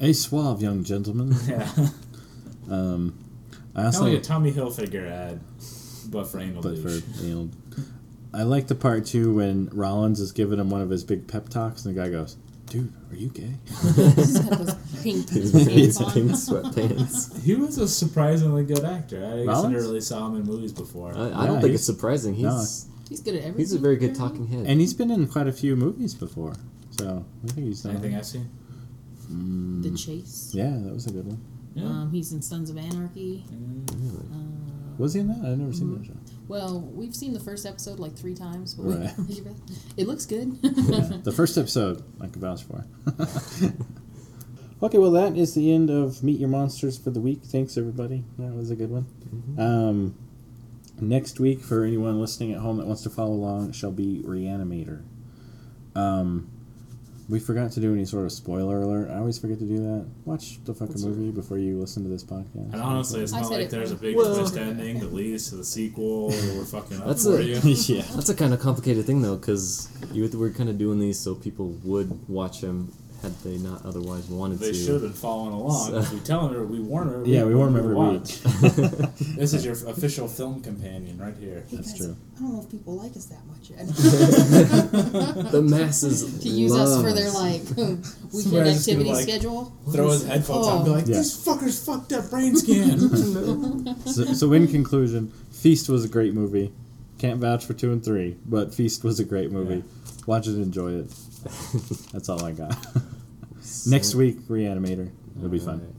[SPEAKER 1] A suave young gentleman.
[SPEAKER 2] [LAUGHS] yeah,
[SPEAKER 1] Um, I
[SPEAKER 2] not
[SPEAKER 1] also
[SPEAKER 2] like a Tommy Hilfiger ad, but for anal
[SPEAKER 1] but for
[SPEAKER 2] douche.
[SPEAKER 1] you know, I like the part too when Rollins is giving him one of his big pep talks, and the guy goes, "Dude, are you gay?" [LAUGHS]
[SPEAKER 4] She's got
[SPEAKER 3] [LAUGHS]
[SPEAKER 4] those pink
[SPEAKER 3] His
[SPEAKER 4] pants
[SPEAKER 3] pants,
[SPEAKER 4] on.
[SPEAKER 3] pink sweatpants.
[SPEAKER 2] He was a surprisingly good actor. I guess I
[SPEAKER 1] Rollins? Oh,
[SPEAKER 2] never really saw him in movies before.
[SPEAKER 3] I, I
[SPEAKER 1] Yeah,
[SPEAKER 3] don't think
[SPEAKER 1] he's-
[SPEAKER 3] it's surprising. He's
[SPEAKER 4] He's good at everything.
[SPEAKER 3] he's a very good
[SPEAKER 4] apparently.
[SPEAKER 3] talking head.
[SPEAKER 1] And he's been in quite a few movies before, so I think he's done. Mm,
[SPEAKER 2] Anything I've seen?
[SPEAKER 4] The Chase.
[SPEAKER 1] Yeah, that was a good one.
[SPEAKER 2] Yeah.
[SPEAKER 1] Uh,
[SPEAKER 2] Mm.
[SPEAKER 4] Um, he's in Sons of Anarchy. Um,
[SPEAKER 1] Was he in that? I've never seen that show.
[SPEAKER 4] Well, we've seen the first episode like three times, but [LAUGHS]
[SPEAKER 1] Right.
[SPEAKER 4] we, it looks good. [LAUGHS]
[SPEAKER 1] Yeah, the first episode I can vouch for. [LAUGHS] okay, well that is the end of Meet Your Monsters for the week. Thanks everybody. That was a good one.
[SPEAKER 3] mm-hmm.
[SPEAKER 1] Um, next week for anyone listening at home that wants to follow along shall be Reanimator. Um, we forgot to do any sort of spoiler alert. I always forget to do that. Watch the fucking movie before you listen to this podcast.
[SPEAKER 2] And honestly, it's
[SPEAKER 4] I
[SPEAKER 2] not
[SPEAKER 4] said
[SPEAKER 2] like
[SPEAKER 4] it
[SPEAKER 2] there's a
[SPEAKER 4] wrong.
[SPEAKER 2] big
[SPEAKER 3] Well-
[SPEAKER 2] twist ending that leads to the sequel. Or we're fucking up
[SPEAKER 3] That's
[SPEAKER 2] for
[SPEAKER 3] it.
[SPEAKER 2] you.
[SPEAKER 1] [LAUGHS] yeah.
[SPEAKER 3] That's a kind of complicated thing though, because you were kind of doing these so people would watch him had they not otherwise
[SPEAKER 2] [LAUGHS]
[SPEAKER 3] wanted
[SPEAKER 2] They
[SPEAKER 3] to.
[SPEAKER 2] should have been following along.
[SPEAKER 3] So-
[SPEAKER 2] 'cause We telling her, we warn her.
[SPEAKER 1] [LAUGHS] Yeah, we warn them every
[SPEAKER 2] watch. [LAUGHS]
[SPEAKER 1] week.
[SPEAKER 2] This is your official film companion right here.
[SPEAKER 1] That's
[SPEAKER 5] Because
[SPEAKER 1] true.
[SPEAKER 5] I don't know if people like us that much yet.
[SPEAKER 1] [LAUGHS]
[SPEAKER 5] [LAUGHS]
[SPEAKER 3] The masses
[SPEAKER 4] [LAUGHS] to use us for their
[SPEAKER 3] loves-
[SPEAKER 4] like [LAUGHS] weekend
[SPEAKER 2] Somebody's gonna,
[SPEAKER 4] activity
[SPEAKER 2] like-
[SPEAKER 4] schedule.
[SPEAKER 2] Throw his headphones
[SPEAKER 4] Oh.
[SPEAKER 2] on. and Be like,
[SPEAKER 1] Yeah.
[SPEAKER 2] this fucker's fucked up brain scan.
[SPEAKER 4] [LAUGHS]
[SPEAKER 1] so, so in conclusion, Feast was a great movie. Can't vouch for two and three, but Feast was a great movie. Watch it, and enjoy it.
[SPEAKER 3] [LAUGHS]
[SPEAKER 1] That's all
[SPEAKER 2] [LAUGHS]
[SPEAKER 1] I got. Next
[SPEAKER 3] Sign-
[SPEAKER 1] week, Reanimator. It'll be fun.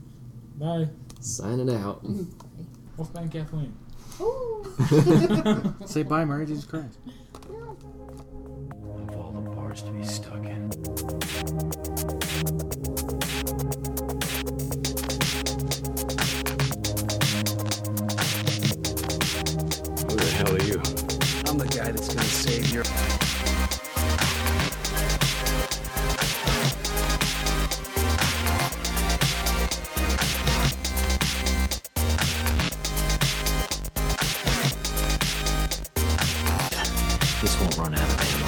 [SPEAKER 2] Bye.
[SPEAKER 3] Signing
[SPEAKER 4] [LAUGHS]
[SPEAKER 3] out.
[SPEAKER 2] Wolfman Kathleen.
[SPEAKER 1] Say bye, Mary Jesus Christ.
[SPEAKER 6] of all the bars to be stuck in. Who the hell are you? I'm the guy that's gonna save your. This won't run out of ammo.